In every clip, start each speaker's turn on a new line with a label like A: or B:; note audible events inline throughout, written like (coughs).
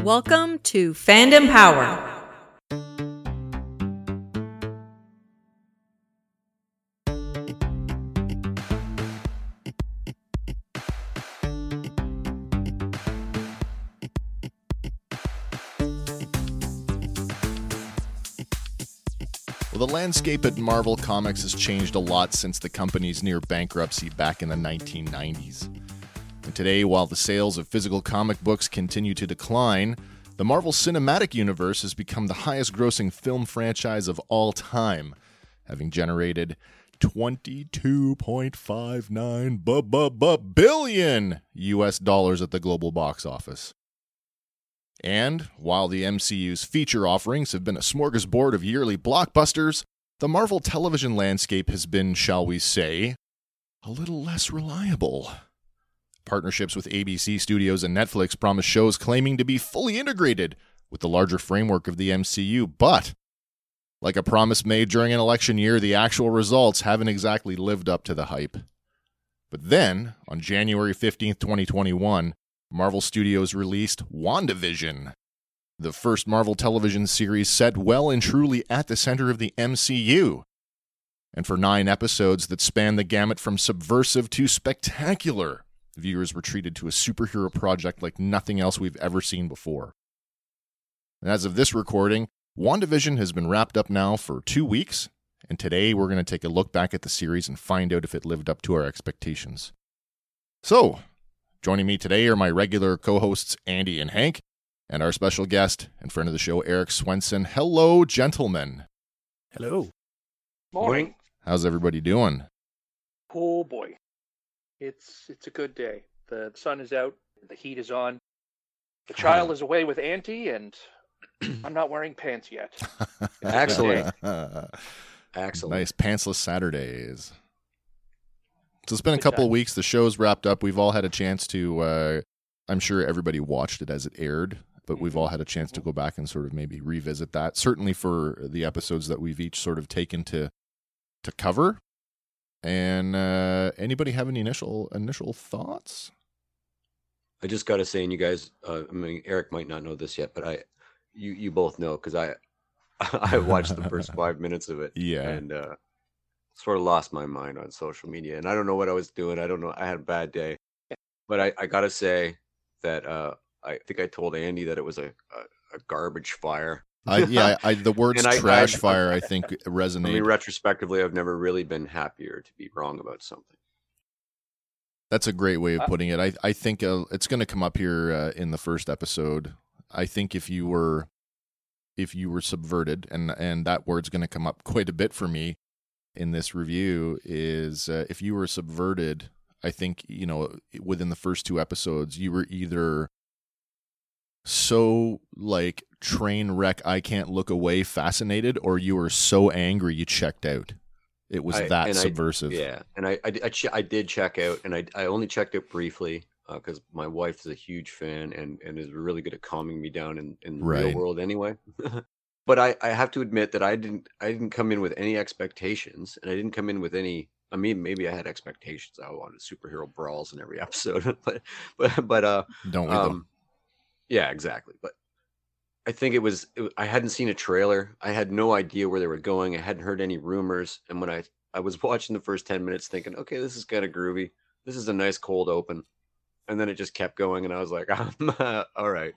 A: Welcome to Fandom Power.
B: Well, the landscape at Marvel Comics has changed a lot since the company's near bankruptcy back in the 1990s. And today, while the sales of physical comic books continue to decline, the Marvel Cinematic Universe has become the highest grossing film franchise of all time, having generated 22.59 bu- bu- bu- billion US dollars at the global box office. And while the MCU's feature offerings have been a smorgasbord of yearly blockbusters, the Marvel television landscape has been, shall we say, a little less reliable. Partnerships with ABC Studios and Netflix promise shows claiming to be fully integrated with the larger framework of the MCU, but like a promise made during an election year, the actual results haven't exactly lived up to the hype. But then, on January 15th, 2021, Marvel Studios released WandaVision, the first Marvel television series set well and truly at the center of the MCU. And for nine episodes that span the gamut from subversive to spectacular, viewers were treated to a superhero project like nothing else we've ever seen before. And as of this recording, WandaVision has been wrapped up now for two weeks, and today we're going to take a look back at the series and find out if it lived up to our expectations. So, Joining me today are my regular co hosts, Andy and Hank, and our special guest and friend of the show, Eric Swenson. Hello, gentlemen.
C: Hello.
D: Morning.
B: How's everybody doing?
D: Oh boy. It's it's a good day. The sun is out, the heat is on. The child is away with Auntie and (clears throat) I'm not wearing pants yet.
B: (laughs)
E: Excellent. Excellent.
B: nice pantsless Saturdays. So it's been a couple of weeks. The show's wrapped up. We've all had a chance to, uh, I'm sure everybody watched it as it aired, but
E: Mm-hmm.
B: we've all had a chance to go back and sort of maybe revisit that. Certainly for the episodes that we've each sort of taken to to cover. And uh, anybody have any initial initial thoughts?
E: I just got to say, and you guys, uh, I mean, Eric might not know this yet, but I, you, you both know because I, (laughs) I watched the
B: (laughs)
E: first five minutes of it.
B: Yeah.
E: (laughs) And uh, sort of lost my mind on social media, and I don't know what I was doing. I don't know. I had a bad day, but I, I gotta say that uh, I think I told Andy that it was a, a, a garbage fire.
B: I, yeah, I, I, the words
E: And I-
B: "trash
E: I-
B: fire" I
E: (laughs)
B: think
E: I mean,
B: resonate.
E: retrospectively, I've never really been happier to be wrong about something.
B: That's a great way of putting it. I I think uh, it's going to come up here uh, in the first episode. I think if you were if you were subverted and and that word's going to come up (laughs) quite a bit for me in this review is uh, if you were subverted, I think, you know, within the first two episodes, you were either so like train wreck I can't look away fascinated or you were so angry you checked out. It was
E: I-
B: that
E: and I-
B: subversive.
E: Yeah, and I I, d- I che- I did check out, and I I only checked out briefly because my wife is a huge fan and and is really good at calming me down in in the
B: Right.
E: real world anyway. (laughs) but I I have to admit that I didn't I didn't come in with any expectations, and I didn't come in with any. I mean, maybe I had expectations. I wanted superhero brawls in every (laughs) episode, but but but uh,
B: Don't we though?
E: um, yeah, exactly. But I think it was, it, wa- I hadn't seen a trailer. I had no idea where they were going. I hadn't heard any rumors. And when I, I was (laughs) watching the first 10 minutes thinking, okay, this is kind of groovy. This is a nice cold open. And then it just kept going. And I was like, (laughs) um, all right.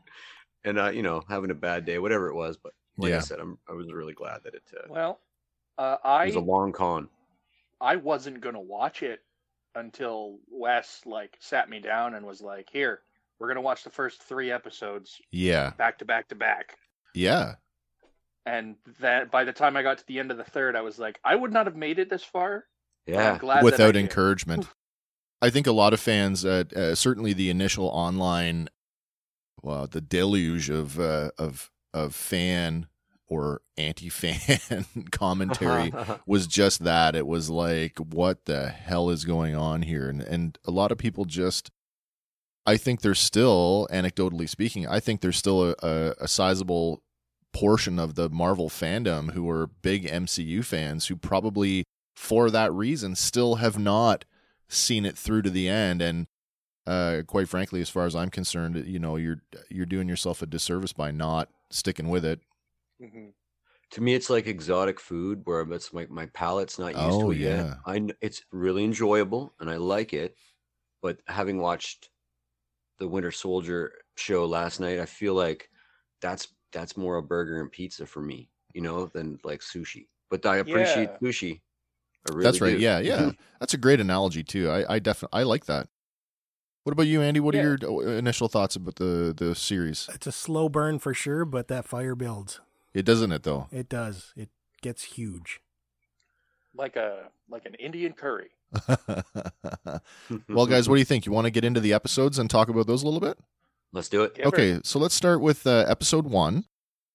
E: And, uh, you know, having a bad day, whatever it was. But like
B: Yeah.
E: I said, I'm, I was really glad that it, uh,
D: Well, uh,
E: it was a
D: I
E: long con.
D: I wasn't gonna watch it until Wes like sat me down and was like, Here, we're gonna watch the first three episodes
B: Yeah.
D: back to back to back.
B: Yeah.
D: And that by the time I got to the end of the third, I was like, I would not have made it this far. and I'm (laughs)
E: Yeah.
D: glad that I
B: without
D: did.
B: encouragement. I think a lot of fans, uh, uh, certainly the initial online, well, the deluge of uh, of of fan or anti-fan (laughs)
D: Uh-huh.
B: commentary was just that. It was like, what the hell is going on here? And and a lot of people just, I think there's still, anecdotally speaking, I think there's still a, a, a sizable portion of the Marvel fandom who are big MCU fans who probably, for that reason, still have not seen it through to the end. And uh, quite frankly, as far as I'm concerned, you know, you're you're doing yourself a disservice by not sticking with it.
D: hmm
E: to me it's like exotic food where it's like my palate's not used
B: Oh,
E: to it
B: yeah.
E: yet i kn- it's really enjoyable and i like it but having watched the winter soldier show last night i feel like that's that's more a burger and pizza for me you know than like sushi but i appreciate
D: Yeah.
E: sushi I really
B: That's right.
E: do.
B: Yeah, yeah. That's a great analogy too. I, I definitely I like that. What about you, Andy? What
D: Yeah.
B: are your uh, initial thoughts about the the series?
C: It's a slow burn for sure, but that fire builds.
B: It doesn't it
C: (laughs)
B: though. (laughs)
C: It does. It gets huge.
D: Like a like an Indian curry.
B: well, guys, what do you think? You want to get into the episodes and talk about those a little bit?
E: (laughs) let's do it
D: Yeah, very-
B: Okay, so let's start with uh, episode one.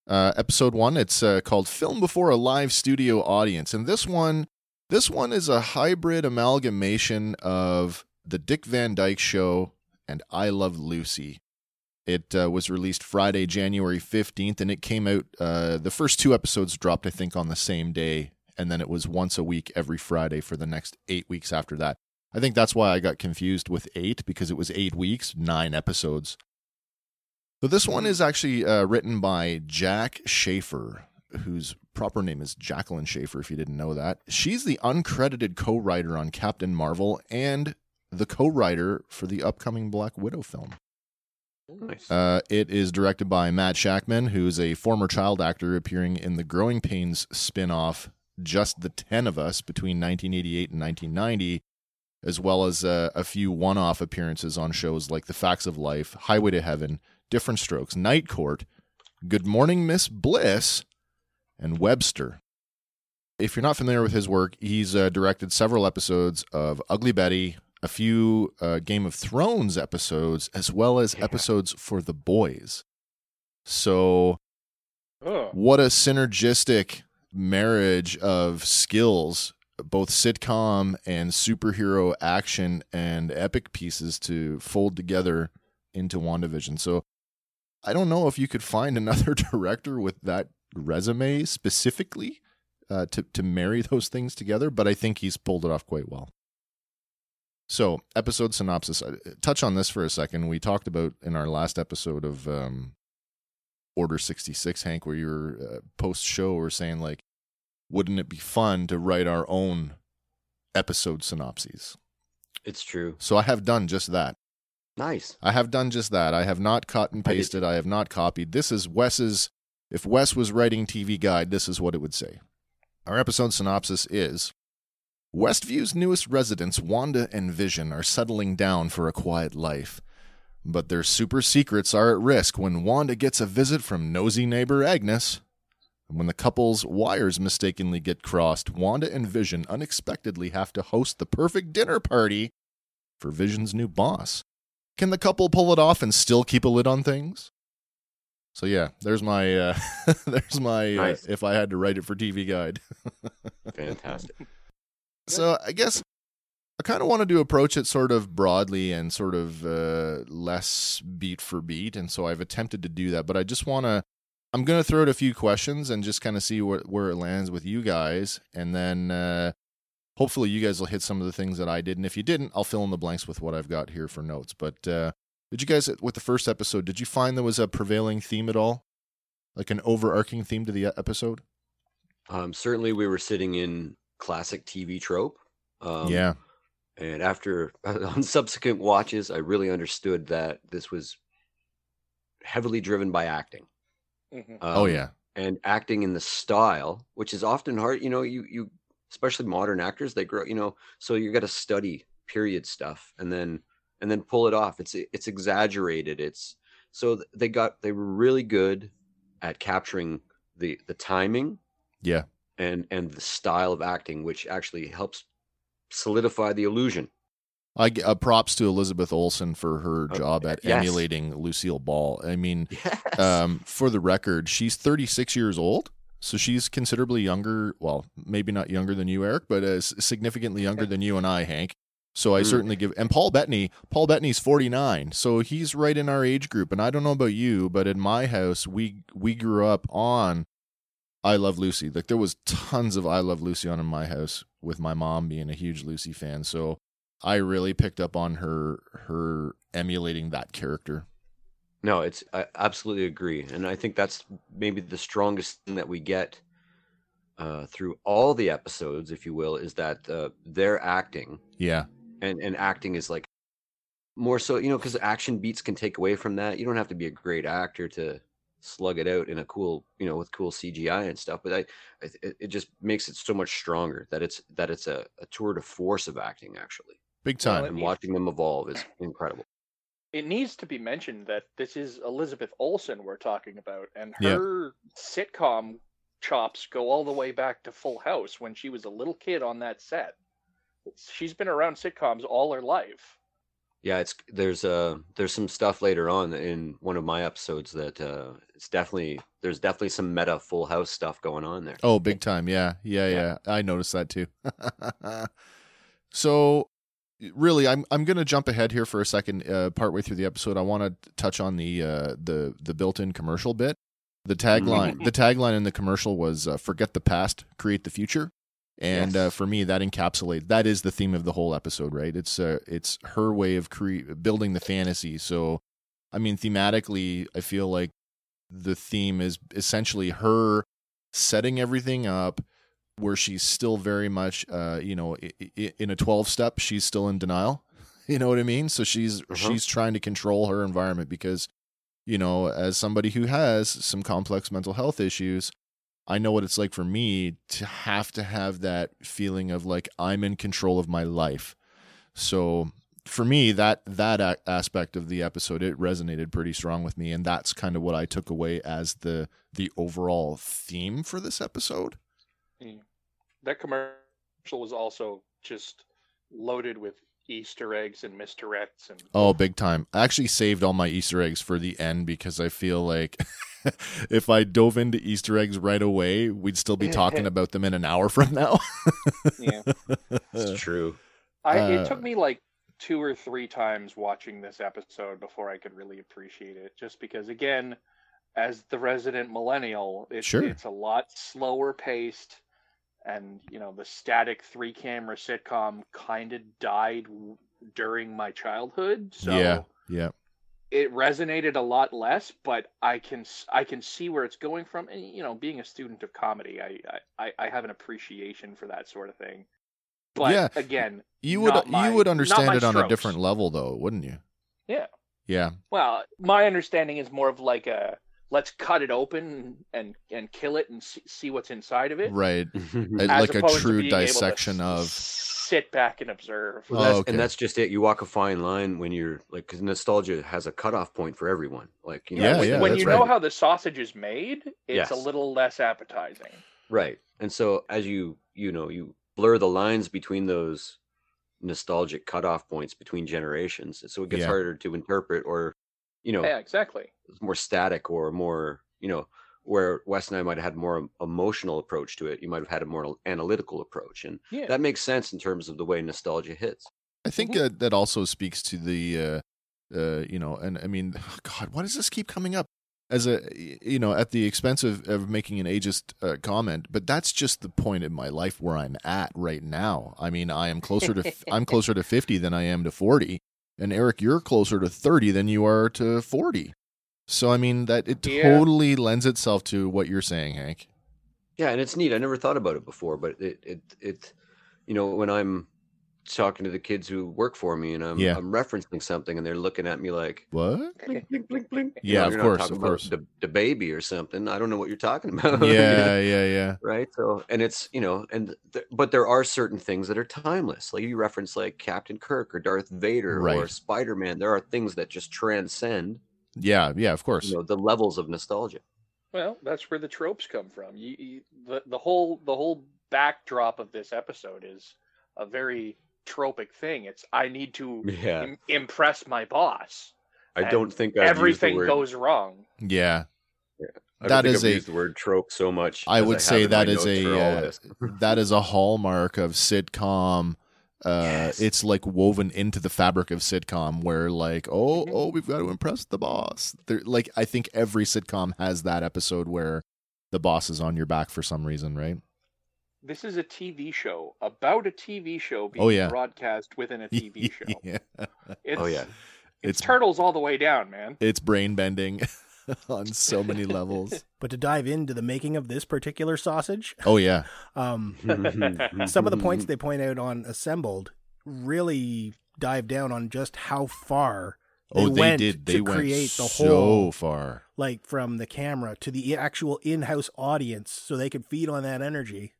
B: Uh, episode one, it's uh, called "Film Before a Live Studio Audience," and this one, this one is a hybrid amalgamation of the Dick Van Dyke Show and I Love Lucy. It uh, was released Friday, January fifteenth, and it came out. Uh, the first two episodes dropped, I think, on the same day, and then it was once a week every Friday for the next eight weeks after that. I think that's why I got confused with eight because it was eight weeks, nine episodes. So this one is actually uh, written by Jack Schaefer, whose proper name is Jacqueline Schaefer, if you didn't know that. She's the uncredited co-writer on Captain Marvel and the co-writer for the upcoming Black Widow film.
E: nice.
B: Uh, it is directed by Matt Shackman, who's a former child actor appearing in the Growing Pains spin-off Just the Ten of Us between 1988 and 1990, as well as uh, a few one-off appearances on shows like The Facts of Life, Highway to Heaven, Different Strokes, Night Court, Good Morning Miss Bliss, and Webster. If you're not familiar with his work, he's uh, directed several episodes of Ugly Betty, a few uh, Game of Thrones episodes, as well as
E: Yeah.
B: episodes for the boys. So,
D: Oh,
B: what a synergistic marriage of skills, both sitcom and superhero action and epic pieces to fold together into WandaVision. So, I don't know if you could find (laughs) another director with that resume specifically uh, to to marry those things together, but I think he's pulled it off quite well. So, episode synopsis. Uh, Touch on this for a second. We talked about in our last episode of um, Order 66, Hank, where you were uh, post show were saying, like, wouldn't it be fun to write our own episode synopses?
E: it's true
B: So I have done just that. (laughs)
E: nice
B: I have done just that. I have not cut and
E: I did
B: pasted. I, have not copied. This is Wes's. If Wes was writing TV Guide, this is what it would say. Our episode synopsis is Westview's newest residents, Wanda and Vision, are settling down for a quiet life. But their super secrets are at risk when Wanda gets a visit from nosy neighbor Agnes. And when the couple's wires mistakenly get crossed, Wanda and Vision unexpectedly have to host the perfect dinner party for Vision's new boss. Can the couple pull it off and still keep a lid on things? So yeah, there's my uh, (laughs) there's my
E: Nice.
B: uh, if I had to write it for TV guide.
E: fantastic
B: So I guess I kind of wanted to approach it sort of broadly and sort of uh, less beat for beat, and so I've attempted to do that. But I just want to, I'm going to throw out a few questions and just kind of see where where it lands with you guys, and then uh, hopefully you guys will hit some of the things that I did, and if you didn't, I'll fill in the blanks with what I've got here for notes. But uh, did you guys with the first episode? Did you find there was a prevailing theme at all, like an overarching theme to the e-, episode?
E: um certainly we were sitting in classic tv trope um and after (laughs) on subsequent watches i really understood that this was heavily driven by acting
D: mhm.
B: oh
E: um,
B: yeah.
E: and acting in the style which is often hard you know you you especially modern actors they grow you know so you got to study period stuff and then and then pull it off it's it's exaggerated it's so th- they got they were really good at capturing the the timing
B: Yeah.
E: and and the style of acting which actually helps solidify the illusion
B: I g- uh, props to Elizabeth Olsen for her
E: Oh,
B: job at
E: yes.
B: emulating Lucille Ball. I (laughs) mean,
E: yes
B: um, for the record, she's 36 years old, so she's considerably younger. Well, maybe not younger than you, Eric, but uh, s- significantly younger than you and I, Hank. So I
E: Mm.
B: certainly give. And Paul Bettany, Paul Bettany's 49, so he's right in our age group. And I don't know about you, but in my house, we we grew up on I Love Lucy. Like there was tons of I Love Lucy on in my house with my mom being a huge Lucy fan. So I really picked up on her her emulating that character.
E: No, it's I absolutely agree, and I think that's maybe the strongest thing that we get uh, through all the episodes, if you will, is that uh, they're acting,
B: Yeah.
E: and and acting is like more so, you know, because action beats can take away from that. You don't have to be a great actor to slug it out in a cool, you know, with cool CGI and stuff. But I, I it, it just makes it so much stronger that it's that it's a, a tour de force of acting actually,
B: Big
D: Well,
B: time.
D: it
E: and
D: needs-
E: watching them evolve is incredible.
D: It needs to be mentioned that this is Elizabeth Olsen we're talking about, and
B: Yeah.
D: her sitcom chops go all the way back to Full House when she was a little kid on that set. She's been around sitcoms all her life.
E: yeah it's there's uh there's some stuff later on in one of my episodes that uh it's definitely there's definitely some meta full house stuff going on there
B: Oh, big time. Yeah. Yeah, yeah.
E: Yeah.
B: I noticed that too. (laughs) so really I'm I'm going to jump ahead here for a second uh partway through the episode. I want to touch on the uh the the built-in commercial bit. The
E: Mm-hmm.
B: tagline the tagline in the commercial was uh, forget the past, create the future. And uh,
E: Yes.
B: for me that encapsulates that is the theme of the whole episode, right? It's uh it's her way of cre- building the fantasy. So I mean thematically I feel like the theme is essentially her setting everything up where she's still very much uh you know i- i- in a 12 step she's still in denial (laughs) you know what i mean so she's
E: Uh-huh.
B: she's trying to control her environment because you know as somebody who has some complex mental health issues i know what it's like for me to have to have that feeling of like i'm in control of my life so for me that that a- aspect of the episode it resonated pretty strong with me and that's kind of what i took away as the the overall theme for this episode
D: That commercial was also just loaded with Easter eggs and misdirects and
B: oh big time i actually saved all my easter eggs for the end because i feel like (laughs) if i dove into easter eggs right away we'd still be
D: (laughs)
B: talking about them in an hour from now (laughs)
D: yeah.
E: it's (laughs) true
D: I
B: Uh,
D: it took me like two or three times watching this episode before I could really appreciate it. Just because, again, as the resident millennial, it's
B: Sure.
D: it's a lot slower paced, and you know the static three camera sitcom kind of died w- during my childhood. So
B: yeah yeah
D: it resonated a lot less but i can s- i can see where it's going from and you know being a student of comedy i i, I have an appreciation for that sort of thing but
B: Yeah.
D: again
B: you would
D: Not my-
B: you would
D: not
B: understand
D: my
B: it on a
D: strokes.
B: different level though wouldn't you
D: Yeah.
B: yeah
D: well my understanding is more of like a let's cut it open and and kill it and see, see what's inside of it
B: right
E: Well,
B: It-
D: as
B: like a
D: opposed to
B: true
D: being able to
B: dissection
D: s-
B: of-
D: sit back and observe
B: Well,
E: that's,
B: oh, okay.
E: and that's just it you walk a fine line when you're like because nostalgia has a cutoff point for everyone like you know,
B: Yeah,
D: when,
B: yeah,
D: when
B: that's
D: you know
B: right.
D: how the sausage is made it's a
E: Yes.
D: little less appetizing
E: Right. And so as you you know, you blur the lines between those nostalgic cutoff points between generations. And so it gets
B: Yeah.
E: harder to interpret or you know,
D: yeah exactly
E: it's more static or more, you know, where Wes and I might have had more em- emotional approach to it, you might have had a more analytical approach. And
D: yeah (laughs)
E: that makes sense in terms of the way nostalgia hits.
B: I think
E: Mm-hmm.
B: uh, that also speaks to the, uh, uh, you know, and I mean, oh, God, why does this keep coming up as a, you know, at the expense of, of making an ageist uh, comment? But that's just the point in my life where I'm at right now. I mean, I am closer to
E: (laughs)
B: I'm closer to fifty than I am to forty, and Eric, you're closer to thirty than you are to forty. So I mean that it
D: Yeah.
B: totally lends itself to what you're saying, Hank.
E: Yeah, and it's neat. I never thought about it before, but it it it you know, when I'm talking to the kids who work for me and I'm
B: Yeah.
E: I'm referencing something and they're looking at me like
B: What?
E: blink, blink, blink, blink.
B: Yeah,
E: you're
B: of
E: not
B: course,
E: talking
B: of
E: about
B: course.
E: The, the baby or something. I don't know what you're talking (laughs) about. you know,
B: Yeah, yeah, yeah.
E: right. So, and it's you know, and th- but there are certain things that are timeless. Like you reference, like Captain Kirk or Darth Vader or
B: Right.
E: Spider Man. There are things that just transcend
B: Yeah, yeah, of course.
E: you know the levels of nostalgia.
D: Well, that's where the tropes come from. You, you, the the whole the whole backdrop of this episode is a very tropic thing. It's I need to
E: Yeah,
D: im- impress my boss.
E: I
D: Mm, And
E: don't think I've
D: Everything
E: used the word,
D: goes wrong.
B: Yeah.
E: I
B: that
E: don't think
B: is
E: I've
B: a-
E: used the word trope so much.
B: I
E: as
B: would
E: have
B: say
E: in my
B: that is
E: notes
B: a,
E: for all
B: uh,
E: this.
B: that is a hallmark of sitcom. Uh,
E: Yes.
B: It's like woven into the fabric of sitcom, where like, oh,
D: Mhm.
C: Mm-hmm.
B: oh, we've got to impress the boss. There, like, I think every sitcom has that episode where the boss is on your back for some reason, right? (laughs)
D: This is a TV show about a TV show being
B: Oh, yeah.
D: broadcast
B: (laughs)
D: within a TV show.
B: yeah. uh,
D: It's,
B: (laughs)
E: Oh, yeah.
D: it's
B: It's
D: turtles all the way down, man.
B: it's brain bending (laughs) on so many
C: (laughs)
B: levels.
C: But to dive into the making of this particular sausage,
B: Oh yeah.
C: um, some of
E: (laughs)
C: the
B: (laughs)
D: (laughs)
C: points they point out on Assembled really dive down on just how far
B: Oh, they,
C: went
B: did. They
C: to
B: went
C: create the
B: so
C: whole
B: far.
C: like from the camera to the actual in-house audience so they could feed on that energy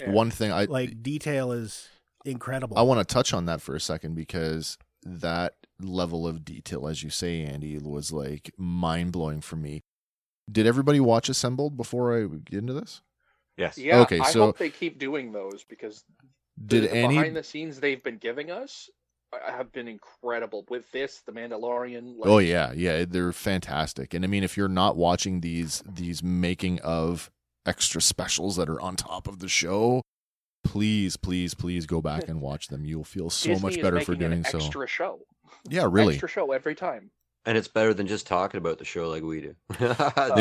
D: Yeah.
B: One thing I
C: like detail is incredible
B: I want to touch on that for a second because that level of detail, as you say, Andy, was like mind blowing for me. Did everybody watch Assembled before I get into this?
E: yes.
D: Yeah,
B: Okay,
D: I
B: so-
D: hope they keep doing those because
B: Did
D: the, the
B: any?
D: behind the scenes they've been giving us uh, have been incredible. With this, The Mandalorian. Like,
B: oh yeah, yeah, they're fantastic. And I mean, if you're not watching these these making of extra specials that are on top of the show, please, please, please go back and watch them. You'll feel so
D: Disney
B: much
D: is
B: better for
D: making an
B: doing so.
D: Extra show.
B: Yeah, really.
D: Extra show every time.
E: And it's better than just talking about the show like we do. (laughs) They're
D: You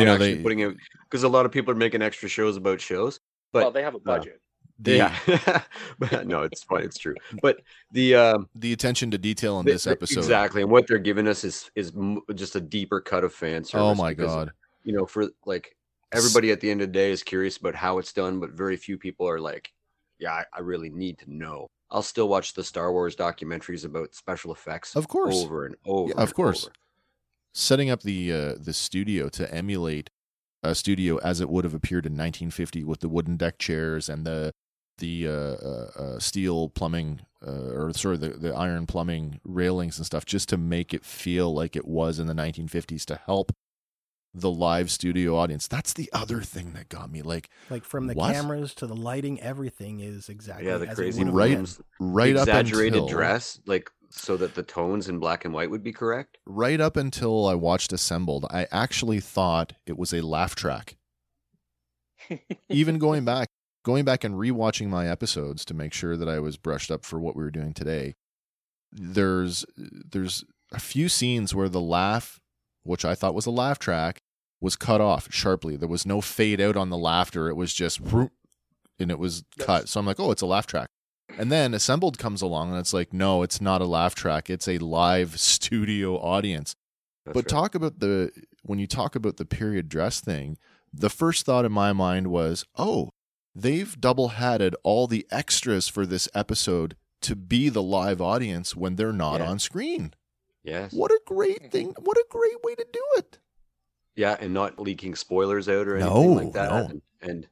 D: know,
E: actually
B: they-
E: putting it because a lot of people are making extra shows about shows. But
D: well, they have a budget. (laughs)
B: They-
E: yeah, (laughs) But no, it's fine. It's true. But the um,
B: The attention to detail in
E: the-
B: this
E: the-
B: episode.
E: exactly, and what they're giving us is is m- just a deeper cut of fan service.
B: Oh my
E: because,
B: god.
E: You know, for like everybody at the end of the day is curious about how it's done, but very few people are like, yeah, I, I really need to know. I'll still watch the Star Wars documentaries about special effects,
B: Of course.
E: over and over.
B: Yeah, of
E: and
B: course.
E: over.
B: setting up the uh, the studio to emulate a studio as it would have appeared in 1950 with the wooden deck chairs and the the uh, uh, uh, steel plumbing uh, or sorry the, the iron plumbing railings and stuff just to make it feel like it was in the 1950s to help the live studio audience that's the other thing that got me like
C: like from the
B: What?
C: cameras to the lighting everything is exactly
E: Yeah, the
C: as it
E: crazy
C: would have
B: Right.
C: been.
E: rooms,
B: right
E: exaggerated
B: up until,
E: dress, like so that the tones in black and white would be correct.
B: right up until i watched assembled i actually thought it was a laugh track even going back going back and rewatching my episodes to make sure that I was brushed up for what we were doing today there's there's a few scenes where the laugh which I thought was a laugh track was cut off sharply there was no fade out on the laughter it was just whoop, and it was
D: Yes.
B: cut so I'm like oh it's a laugh track and then assembled comes along and it's like no it's not a laugh track it's a live (laughs) studio audience
E: That's
B: but
E: right.
B: talk about the when you talk about the period dress thing, the first thought in my mind was, oh, they've double hatted all the extras for this episode to be the live audience when they're not
E: Yeah.
B: on screen.
E: yes,
B: What a
E: (laughs)
B: great thing! What a great way to do it.
E: yeah, and not leaking spoilers out or anything
B: No,
E: like that,
B: no.
E: and, and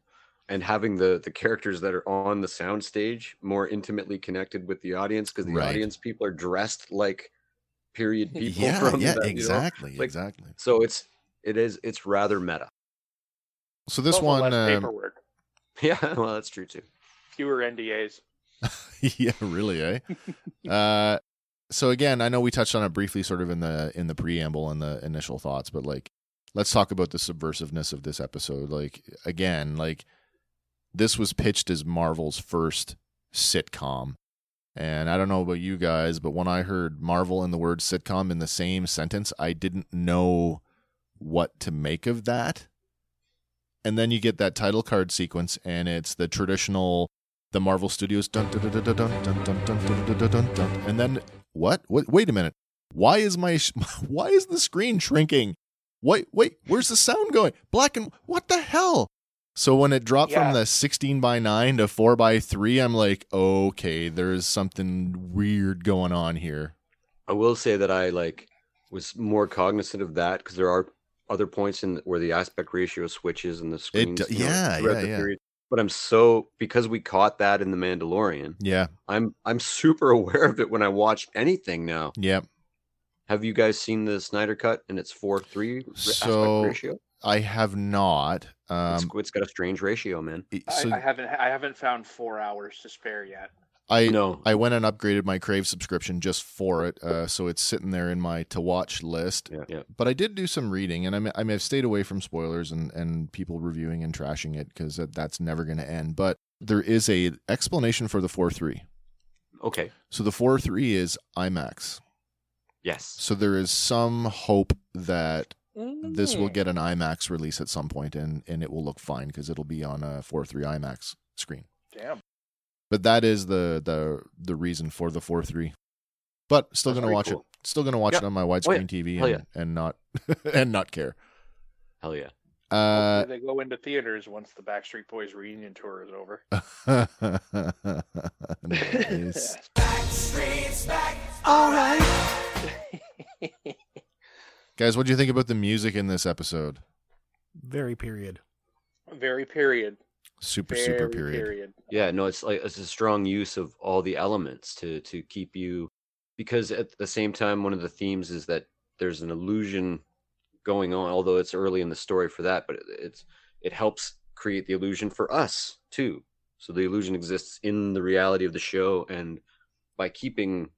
E: and having the the characters that are on the soundstage more intimately connected with the audience because the
B: Right.
E: audience people are dressed like
B: (laughs)
E: period people.
B: yeah,
E: from
B: yeah,
E: that, you know?
B: exactly,
E: Like-
B: exactly.
E: So it's it is it's rather meta. (laughs)
B: So this
D: Also
B: one,
D: less
B: um,
D: paperwork,
E: Yeah, well, that's true too.
D: fewer NDAs.
B: (laughs) yeah, really, eh? uh, so again, I know we touched on it briefly, sort of in the in the preamble and the initial thoughts, but like, let's talk about the subversiveness of this episode. Like, again, like this was pitched as Marvel's first sitcom, and I don't know about you guys, but when I heard Marvel and the word sitcom in the same sentence, I didn't know what to make of that. And then you get that title card sequence, and it's the traditional the Marvel Studios dun dun dun dun dun dun dun dun dun dun dun dun dun and then what? Wait, wait a minute. Why is my sh- (laughs) why is the screen shrinking? Wait, wait, where's the sound going? Black and what the hell? So when it dropped
D: Yeah.
B: from the 16 by 9 to 4 by 3, I'm like, okay, there's something weird going on here.
E: I will say that I like was more cognizant of that because there are other points in where the aspect ratio switches and the screen.
B: d- yeah, yeah, yeah.
E: But I'm so because we caught that in the Mandalorian.
B: Yeah,
E: I'm I'm super (laughs) aware of it when I watch anything now.
B: yeah.
E: Have you guys seen the Snyder cut and it's four three
B: So,
E: aspect ratio?
B: I have not.
E: it's,
B: Um,
E: it's got a strange ratio, man.
B: it-
D: I,
B: so
D: I haven't I haven't found four hours to spare yet.
B: I,
E: no,
B: I went and upgraded my Crave subscription just for it, uh, so it's sitting there in my to watch list.
E: yeah, yeah.
B: But I did do some reading, and I mean, I mean I've stayed away from spoilers and, and people reviewing and trashing it because that, that's never going to end. But there is a explanation for the four three.
E: Okay,
B: So the four three is IMAX.
E: yes,
B: So there is some hope that
A: Hmm.
B: this will get an IMAX release at some point, and and it will look fine because it'll be on a four three IMAX screen.
D: Damn.
B: But that is the the the reason for the four three. But still
E: That's
B: gonna
E: pretty
B: watch
E: cool.
B: it. Still gonna watch
E: Yeah.
B: it on my widescreen
E: Oh,
B: TV
E: yeah. Hell
B: and, and not (laughs) and not care.
E: Hell yeah.
B: Uh, (laughs)
E: (laughs)
D: Hopefully they go into theaters once the Backstreet Boys reunion tour is over. (laughs)
B: nice. Guys, what do you think about the music in this episode?
C: Very period.
D: (laughs) Very period.
B: Super
D: Very
B: super period.
E: Yeah, no, it's like it's a strong use of all the elements to to keep you because at the same time one of the themes is that there's an illusion going on, although it's early in the story for that, but it- it's it helps create the illusion for us too. So the illusion exists in the reality of the show and by keeping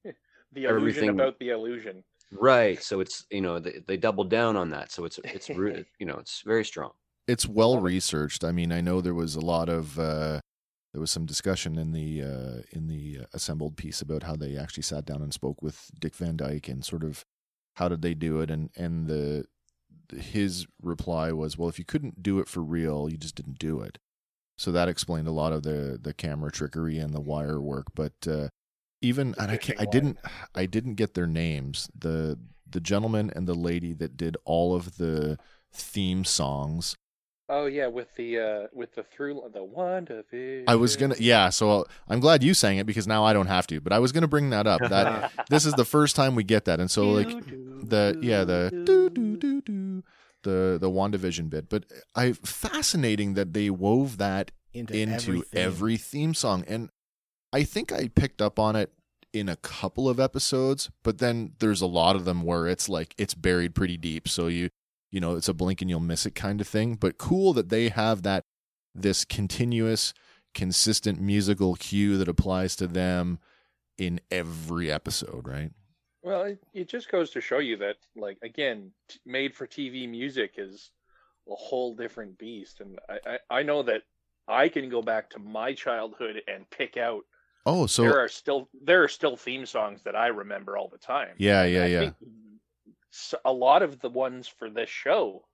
D: The illusion
E: Everything-
D: about the illusion.
E: right, so it's you know they, they double down on that, so it's it's rooted, you know, it's very strong.
B: it's well researched. I mean, I know there was a lot of uh, there was some discussion in the uh, in the assembled piece about how they actually sat down and spoke with Dick Van Dyke and sort of how did they do it and and the his reply was, well, if you couldn't do it for real, you just didn't do it. So that explained a lot of the the camera trickery and the wire work, but uh, even and I can't, I didn't I didn't get their names. The the gentleman and the lady that did all of the theme songs
D: Oh yeah, with the uh with the through the WandaVision.
B: I was gonna, yeah. So uh, I'm glad you sang it because now I don't have to. But I was gonna bring that up.
D: (laughs)
B: That this is the first time we get that, and so like the yeah the do do do do the the Wandavision bit. But I fascinating that they wove that
C: Into,
B: into
C: everything.
B: every theme song, and I think I picked up on it in a couple of episodes. But then there's a lot of them where it's like it's buried pretty deep, so you you know it's a blink and you'll miss it kind of thing. But cool that they have that this continuous consistent musical cue that applies to them in every episode, right?
D: Well, it, it just goes to show you that, like, again, t- made for TV music is a whole different beast. And I, I, I know that I can go back to my childhood and pick out.
B: Oh, so
D: there are still there are still theme songs that I remember all the time.
B: yeah,
D: And
B: yeah,
D: I
B: yeah.
D: think s- a lot of the ones for this show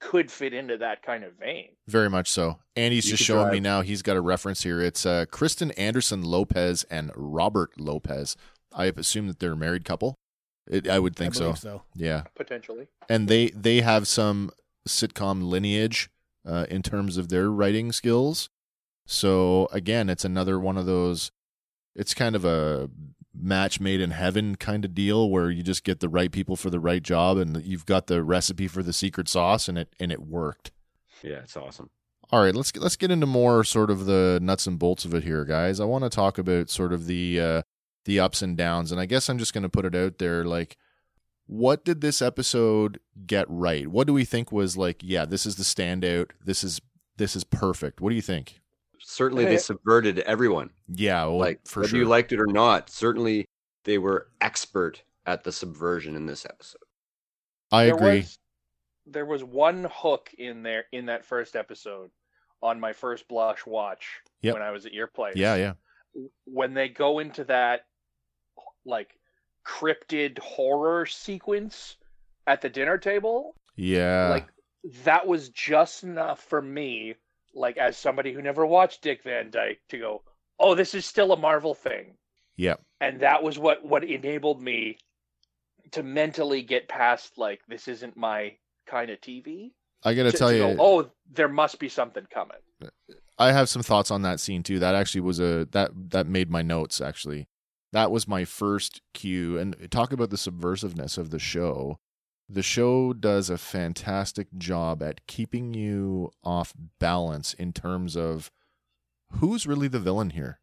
D: could fit into that kind of vein.
B: Very much so. And he's
E: You
B: just
E: could
B: showing me
E: drive.
B: now. He's got a reference here. It's uh, Kristen Anderson Lopez and Robert Lopez. I assume that they're a married couple. It, I would think
C: I
B: so.
C: believe so.
B: Yeah,
D: Potentially,
B: and they they have some sitcom lineage uh, in terms of their writing skills. So again, it's another one of those. It's kind of a match made in heaven kind of deal where you just get the right people for the right job, and you've got the recipe for the secret sauce, and it and it worked.
E: Yeah, it's awesome.
B: All right, let's get, let's get into more sort of the nuts and bolts of it here, guys. I want to talk about sort of the uh, the ups and downs, and I guess I'm just going to put it out there, like, what did this episode get right? What do we think was like? Yeah, this is the standout. This is this is perfect. What do you think?
E: Certainly they
D: Hey.
E: subverted everyone.
B: Yeah, well,
E: like
B: for
E: whether
B: sure.
E: you liked it or not certainly they were expert at the subversion in this episode
B: I
D: There
B: agree.
D: Was, there was one hook in there in that first episode on my first blush watch
B: Yep.
D: when I was at your place.
B: Yeah, yeah.
D: When they go into that like cryptid horror sequence at the dinner table,
B: Yeah.
D: like that was just enough for me, like as somebody who never watched Dick Van Dyke, to go, "Oh, this is still a Marvel thing."
B: Yeah.
D: And that was what what enabled me to mentally get past like this isn't my kind of TV.
B: I got to tell you.
D: go, oh, there must be something coming.
B: I have some thoughts on that scene too. That actually was a that that made my notes actually. That was my first cue and talk about the subversiveness of the show. The show does a fantastic job at keeping you off balance in terms of who's really the villain here.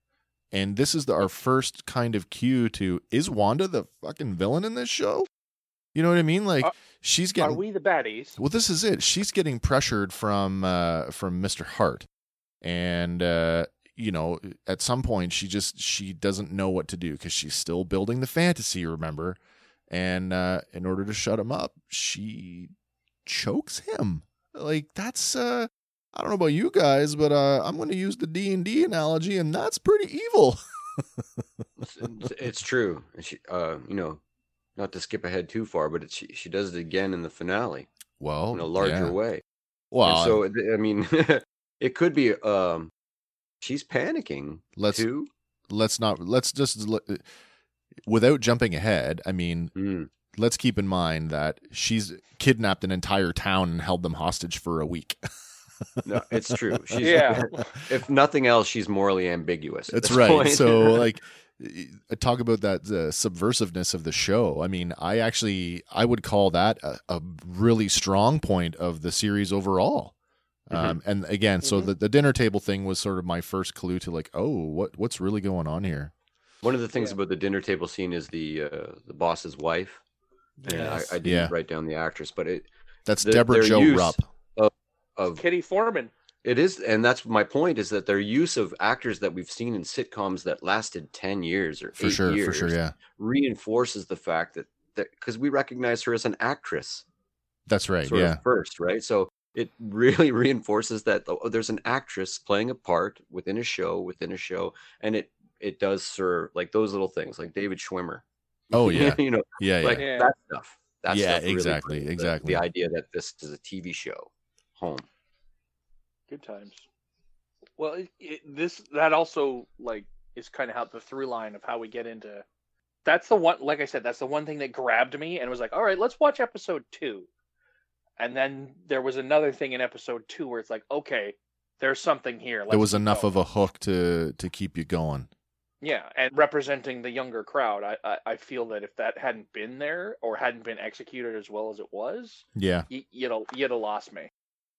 B: And this is the, our first kind of cue to is Wanda the fucking villain in this show? You know what I mean? Like
D: Are-
B: she's getting
D: Uh, Are we the baddies?
B: well, this is it. She's getting pressured from uh, from Mr. Hart, and uh, you know, at some point, she just she doesn't know what to do because she's still building the fantasy. Remember, and uh, in order to shut him up, she chokes him. Like that's uh, I don't know about you guys, but uh, I'm going to use the D and D analogy, and that's pretty evil. (laughs)
E: it's, it's- it's true and she uh you know not to skip ahead too far but it, she, she does it again in the finale
B: Well,
E: in a larger
B: yeah.
E: way And (laughs)
B: Well,
E: so it- i mean it could be um she's panicking
B: Let's
E: too.
B: let's not let's just l- without jumping ahead. I mean,
E: Mm,
B: let's keep in mind that she's kidnapped an entire town and held them hostage for a
E: (laughs)
B: week.
E: no,
B: (laughs)
E: it's true. She's,
D: Yeah.
E: (laughs) If nothing else, she's morally ambiguous. at
B: That's
E: this
B: right.
E: point.
B: So
E: (laughs)
B: like y- talk about that the subversiveness of the show. I mean, I actually I would call that a, a really strong point of the series overall.
E: Mm-hmm.
B: Um, and again, so
D: Mhm.
B: the, the dinner table thing was sort of my first clue to like, oh, what what's really going on here?
E: one of the things
D: Yeah.
E: about the dinner table scene is the uh, the boss's wife. And I, I didn't
B: Yeah.
E: write down the actress, but it
B: That's
E: Their-
B: Deborah
E: their
B: Jo
E: use
B: Rupp.
E: of
D: Kitty Foreman.
E: It is, and that's my point is that their use of actors that we've seen in sitcoms that lasted 10 years or
B: For
E: eight
B: sure,
E: years
B: for sure, yeah.
E: reinforces the fact that that because we recognize her as an actress
B: That's right.
E: sort
B: Yeah.
E: of first, right? So it really (laughs) reinforces that oh, there's an actress playing a part within a show, within a show, and it it does serve like those little things, like David Schwimmer. (laughs)
B: Oh yeah.
E: you know,
B: Yeah, yeah.
E: like
D: Yeah.
E: that stuff. That
B: Yeah,
E: stuff really
B: exactly,
E: brings the-
B: exactly.
E: The idea that this is a TV show, home.
D: Good times. Well, it, it, this that also like is kind of how the through line of how we get into. That's the one, like I said, that's the one thing that grabbed me and was like, all right, let's watch episode two. And then there was another thing in episode two where it's like, okay, there's something here.
B: there was enough of a hook to to keep you going.
D: Yeah, and representing the younger crowd, I, I, I feel that if that hadn't been there or hadn't been executed as well as it was,
B: Yeah.
D: y- you'd have, you'd have lost me.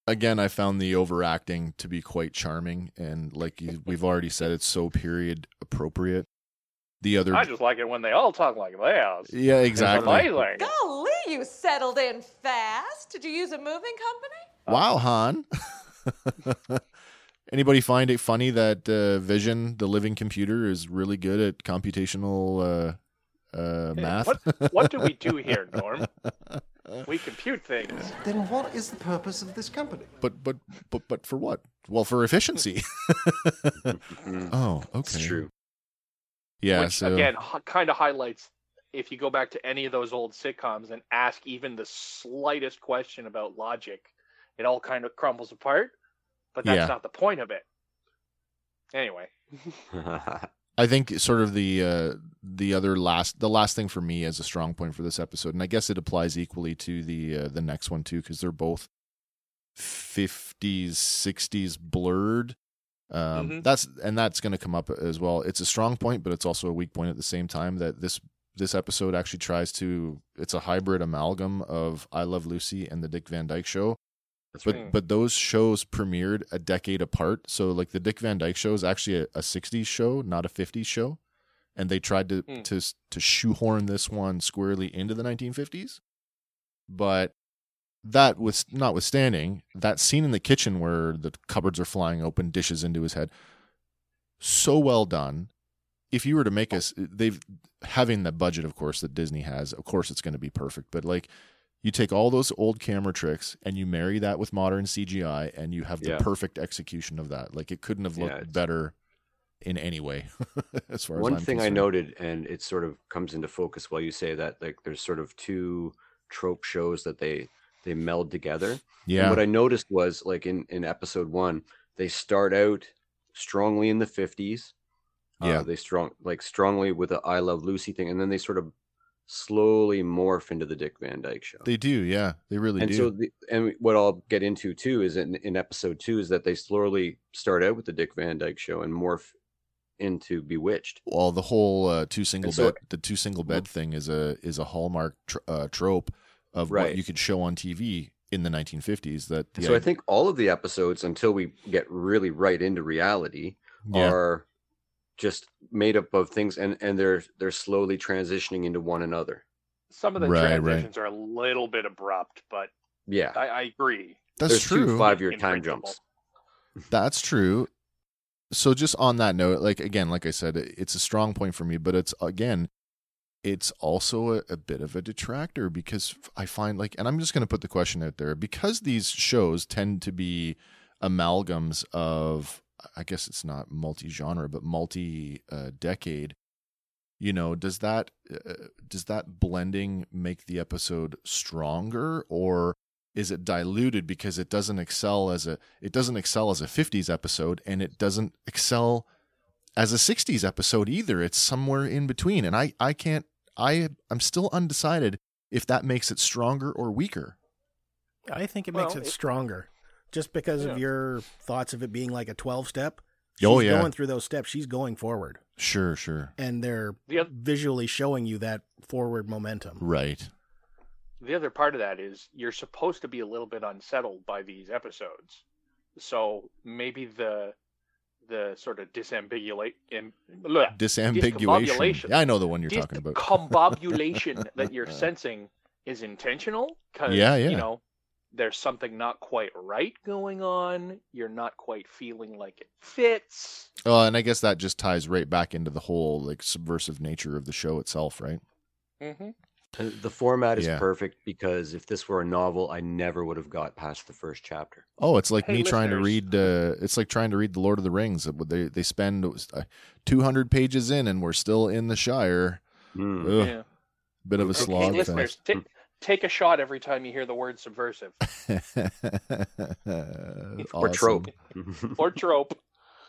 B: again i found the overacting to be quite charming and like
D: (laughs)
B: you- we've already said it's so period appropriate the other
D: I just like it when they all talk like this. It's (laughs)
B: yeah exactly
D: amazing.
F: Golly, you settled in fast. Did you use a moving company?
B: wow han (laughs) anybody find it funny that uh, vision the living computer is really good at computational uh, uh,
D: Yeah,
B: math
D: What, what do we do here, Norm? We compute things.
G: Then what is the purpose of this company?
B: (laughs) but but but but for what well for efficiency (laughs)
E: Mhm.
B: oh okay
E: It's true.
B: yeah
D: which
B: so
D: again kind of highlights if you go back to any of those old sitcoms and ask even the slightest question about logic, it all kind of crumbles apart. But that's
B: Yeah.
D: not the point of it. Anyway, (laughs)
E: (laughs)
B: I think sort of the uh, the other last the last thing for me as a strong point for this episode, and I guess it applies equally to the uh, the next one too, because they're both fifties sixties blurred. Um,
D: Mhm.
B: That's and that's going to come up as well. It's a strong point, but it's also a weak point at the same time. That this this episode actually tries to it's a hybrid amalgam of I Love Lucy and the Dick Van Dyke Show,
E: That's
B: but
D: right.
B: but those shows premiered a decade apart. So like the Dick Van Dyke show is actually a, a '60s show, not a '50s show, and they tried to
D: Hmm.
B: to to shoehorn this one squarely into the 1950s. But that was notwithstanding that scene in the kitchen where the cupboards are flying open, dishes into his head, so well done. If you were to make us, they've having the budget, of course, that Disney has. Of course, it's going to be perfect. But like you take all those old camera tricks and you marry that with modern CGI and you have the
E: Yeah.
B: perfect execution of that. Like it couldn't have
E: Yeah,
B: looked
E: it's-
B: better in any way (laughs) as far
E: One
B: as I'm
E: thing
B: concerned.
E: I noted, and it sort of comes into focus while you say that, like there's sort of two trope shows that they they meld together. And
B: Yeah.
E: what I noticed was like in in episode one, they start out strongly in the 50s. Uh,
B: Yeah.
E: they strong like strongly with the I Love Lucy thing, and then they sort of slowly morph into the Dick Van Dyke Show.
B: they do, yeah. They really
E: and
B: do.
E: so the, and what I'll get into too is in, in episode two is that they slowly start out with the Dick Van Dyke Show and morph into Bewitched.
B: well, the whole uh, two single
E: so-
B: bed
E: Mm-hmm.
B: the two single bed thing is a is a hallmark tr- uh, trope of what
E: Right.
B: you could show on TV in the 1950s that the
E: So I think all of the episodes until we get really right into reality
B: yeah.
E: are just made up of things and and they're they're slowly transitioning into one another.
D: some of the
B: Right, right.
D: transitions are a little bit abrupt, but
E: Yeah.
D: I, I agree.
B: that's
E: There's
B: true.
E: two five year
D: In
E: time
D: principle.
E: jumps.
B: That's true. So just on that note, like again, like I said, it- it's a strong point for me, but it's again, it's also a, a bit of a detractor because I find like, and I'm just going to put the question out there because these shows tend to be amalgams of, I guess it's not multi genre, but multi uh, decade. You know, does uh, that uh, does that blending make the episode stronger, or is it diluted because it doesn't excel as a it doesn't excel as a 50s episode and it doesn't excel as a 60s episode either. It's somewhere in between and I I can't I I'm still undecided if that makes it stronger or weaker.
C: I think it
D: Well,
C: makes it
D: it-
C: stronger, just because of
D: Yeah.
C: your thoughts of it being like a twelve step.
B: Oh,
C: She's
B: yeah.
C: going through those steps. She's going forward,
B: Sure, sure.
C: and they're
D: The oth-
C: visually showing you that forward momentum.
B: Right.
D: the other part of that is you're supposed to be a little bit unsettled by these episodes so maybe the the sort of disambiguate in bleh,
B: Disambiguation.
D: Discombobulation.
B: Yeah, I know the one you're talking about. (laughs)
D: discombobulation that you're sensing is intentional because
B: Yeah, yeah.
D: you know there's something not quite right going on you're not quite feeling like it fits
B: Oh, and I guess that just ties right back into the whole like subversive nature of the show itself, right?
D: mm-hmm.
E: Uh, The format is
B: Yeah.
E: perfect because if this were a novel, I never would have got past the first chapter.
B: Oh, it's like
D: Hey,
B: me trying to
D: listeners.
B: read. Uh, it's like trying to read the Lord of the Rings. They they spend uh, two hundred pages in, and we're still in the Shire.
E: Mm.
B: Ugh,
D: Hmm. yeah
B: Bit of a
E: Okay,
D: hey
B: slog.
D: listeners ta take a shot every time you hear the
B: (laughs)
D: word subversive
E: Or trope. (laughs)
D: or trope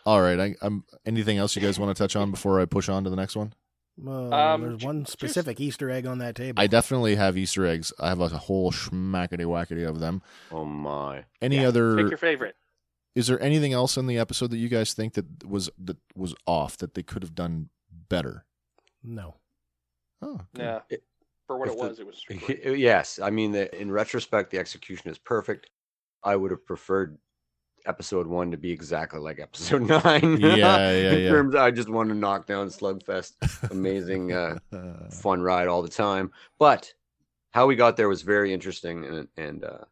B: All right. I, I'm. Anything else you guys want to touch on before I push on to the next one?
C: Well,
D: Um,
C: there's
D: ju-
C: one
D: just-
C: specific Easter egg on that table.
B: I definitely have Easter eggs. I have a whole schmackety wackety of them.
E: oh my.
B: Any
D: Yeah,
B: other?
D: pick your favorite
B: is there anything else in the episode that you guys think that was that was off that they could have done better?
C: no,
B: Oh, good.
D: yeah
E: It-
D: for what
E: if
D: it
E: the-
D: was it was
E: (laughs)
D: superb.
E: yes, I mean, the, in retrospect, the execution is perfect. I would have preferred episode one to be exactly like episode (laughs) nine.
B: Yeah, yeah,
E: (laughs) in
B: yeah.
E: terms, I just want to knock down slugfest. Amazing, uh,
B: (laughs)
E: fun ride all the time. But how we got there was very interesting, and and uh,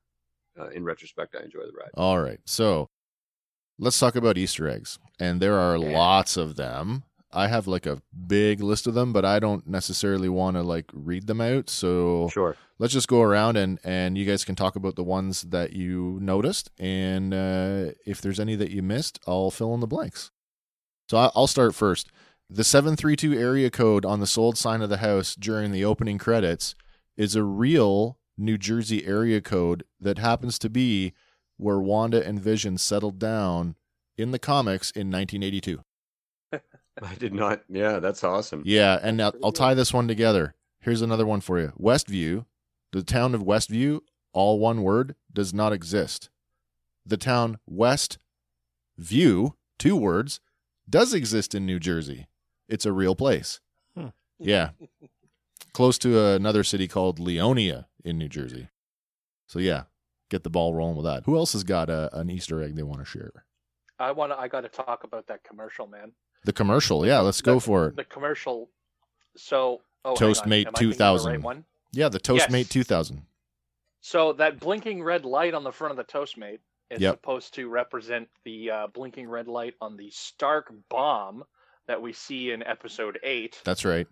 E: uh, in retrospect, I enjoy the ride.
B: All right. So let's talk about Easter eggs. And there are
E: Yeah.
B: lots of them. I have like a big list of them, but I don't necessarily want to like read them out. So
E: Sure.
B: let's just go around and and you guys can talk about the ones that you noticed and uh, if there's any that you missed i'll fill in the blanks so I- i'll start first the 732 area code on the sold sign of the house during the opening credits is a real new jersey area code that happens to be where wanda and vision settled down in the comics in 1982
E: (laughs) I did not. Yeah, that's awesome.
B: yeah, and now I'll tie this one together. Here's another one for you. Westview, the town of Westview, all one word, does not exist. The town West View, two words, does exist in New Jersey. It's a real place.
C: Hmm.
D: (laughs)
B: Yeah. Close to another city called Leonia in New Jersey. So yeah, get the ball rolling with that. Who else has got a, an Easter egg they want to share?
D: I want to. I got to talk about that commercial, man.
B: The commercial. Yeah, let's go
D: The-
B: for it.
D: The commercial. So, oh, hang on.
B: Toastmate
D: Am I thinking of the
B: 2000.
D: right one?
B: Yeah, the Toastmate
D: Yes.
B: 2000.
D: So that blinking red light on the front of the Toastmate is
B: Yep.
D: supposed to represent the uh, blinking red light on the Stark bomb that we see in Episode Eight.
B: That's right.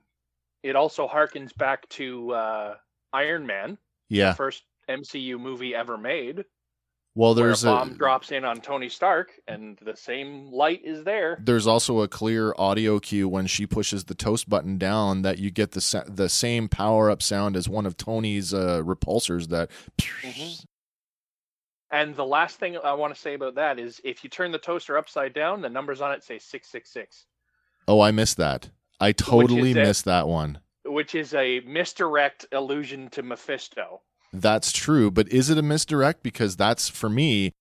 D: It also harkens back to uh, Iron Man,
B: Yeah.
D: first MCU movie ever made,
B: Well,
D: where a
B: there's
D: bomb drops in on Tony Stark, and the same light is there.
B: there's also a clear audio cue when she pushes the toast button down that you get the sa- the same power up sound as one of Tony's uh, repulsors. That
D: Mhm. And the last thing I want to say about that is if you turn the toaster upside down, the numbers on it say 666,
B: oh, I missed that. I totally
D: is it?
B: missed that one.
D: which is a misdirect allusion to Mephisto.
B: That's true, but is it a misdirect? Because that's for me.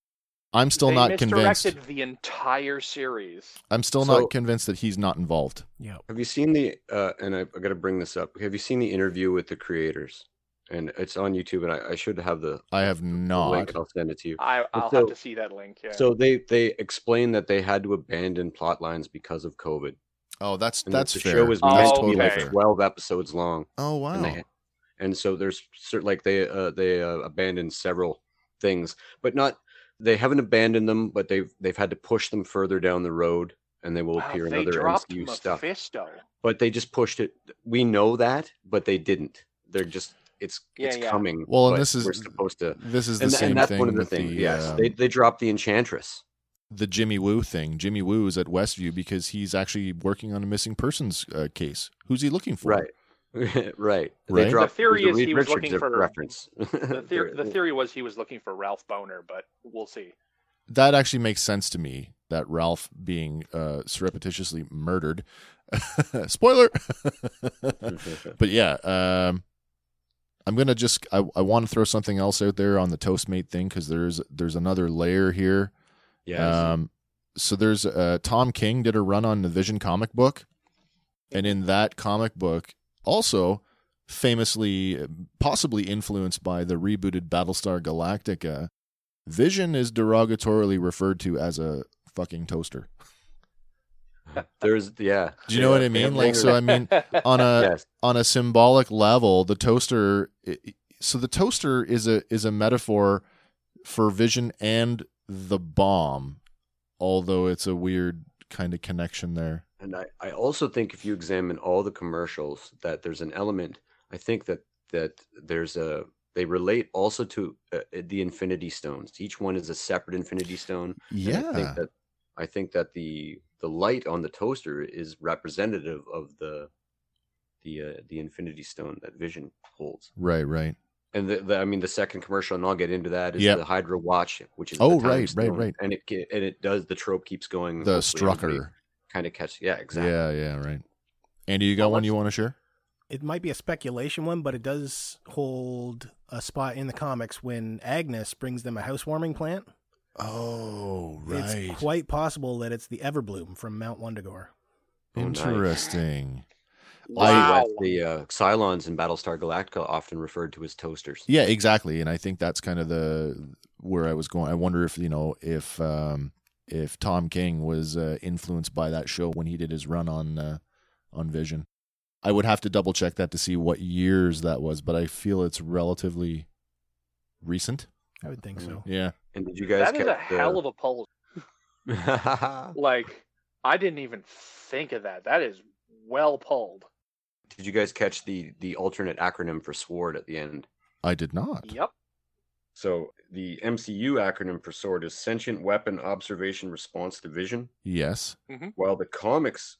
B: I'm still
D: They
B: not
D: misdirected
B: convinced.
D: the entire series.
B: I'm still
E: So-
B: not convinced that he's not involved.
C: yeah,
E: Have you seen the? Uh, and I, I got to bring this up. Have you seen the interview with the creators? And it's on YouTube, and I, I should have the
B: I have
E: the
B: not.
E: link. and I'll send it to you.
D: I, I'll
E: so-
D: have to see that link. Yeah.
E: So they they explained that they had to abandon plot lines because of COVID.
B: Oh, that's
E: And that
B: that's
E: the
B: fair.
E: show was
D: Oh,
E: meant
B: that's
E: to be
B: totally
E: like
D: okay.
B: fair.
E: twelve episodes long.
B: Oh
E: and
B: wow.
E: they and so there's certain like they uh, they uh, abandoned several things but not they haven't abandoned them but they've they've had to push them further down the road and they will
D: Wow,
E: appear in
D: they
E: other
D: dropped
E: MCU stuff (laughs)
D: Mephisto.
E: but they just pushed it we know that but they didn't they're just it's
D: Yeah,
E: it's
D: yeah.
E: coming
B: Well, and
E: but
B: this is-
E: we're supposed to
B: This is the
E: and, th-
B: same
E: and that's
B: thing.
E: one of the
B: with
E: things
B: the,
E: yes
B: um,
E: they, they dropped the enchantress
B: the Jimmy Woo thing. Jimmy Woo is at Westview because he's actually working on a missing persons uh, case. Who's he looking for?
E: right (laughs) right.
B: Right. The
E: dropped- it was
D: theory
E: a
D: is
E: Reed
D: he was looking
E: Richards
D: for-
E: reference.
D: The, theor-
E: (laughs)
D: the theory was he was looking for Ralph Boner, but we'll see.
B: that actually makes sense to me that Ralph being uh, surreptitiously murdered. (laughs) Spoiler.
E: Hmm.
B: (laughs)
D: (laughs)
B: but yeah, um, I'm gonna just I, I want to throw something else out there on the Toastmate thing because there's there's another layer here.
E: yeah.
B: Um, so there's uh, Tom King did a run on the Vision comic book, and in that comic book, also famously, uh, possibly influenced by the rebooted Battlestar Galactica, Vision is derogatorily referred to as a fucking toaster.
E: There's yeah.
B: Do you know what I mean? (laughs) Like, so I mean, on a
E: yes.
B: on a symbolic level, the toaster. i- i- So the toaster is a is a metaphor for vision and the bomb, although it's a weird kind of connection there.
E: And I, I also think if you examine all the commercials, that there's an element. I think that that there's a they relate also to uh, the Infinity Stones. Each one is a separate Infinity Stone. and I think that I think that the the light on the toaster is representative of the the uh, the Infinity Stone that Vision holds.
B: Right. Right.
E: And the, the I mean the second commercial, and I'll get into that, is
B: Yep.
E: the Hydra Watch, which is
B: Oh,
E: the time
B: right, right,
E: stone,
B: right.
E: and it ca- and it does the trope keeps going.
B: The Strucker.
E: kind of catch, yeah, exactly.
B: Yeah. Yeah. Right. Andy, you got one you want to share?
C: It might be a speculation one, but it does hold a spot in the comics when Agnes brings them a housewarming plant.
B: Oh,
C: It's quite possible that it's the Everbloom from Mount Wondagore.
E: Oh, nice.
B: Interesting.
D: (laughs) Wow.
E: The uh, Cylons in Battlestar Galactica often referred to as toasters.
B: Yeah, exactly. And I think that's kind of the where I was going. I wonder if you know if um, if Tom King was uh, influenced by that show when he did his run on uh, on Vision. I would have to double check that to see what years that was, but I feel it's relatively recent.
C: I would think
E: Oh.
C: so.
B: Yeah,
E: And did you guys?
D: That is a hell of a pull.
E: a.
D: Like, I didn't even think of that. That is well pulled.
E: (laughs) did you guys catch the the alternate acronym for SWORD at the end?
B: I did not.
D: Yep.
E: So the MCU acronym for SWORD is Sentient Weapon Observation Response Division.
B: Yes.
E: While the comics,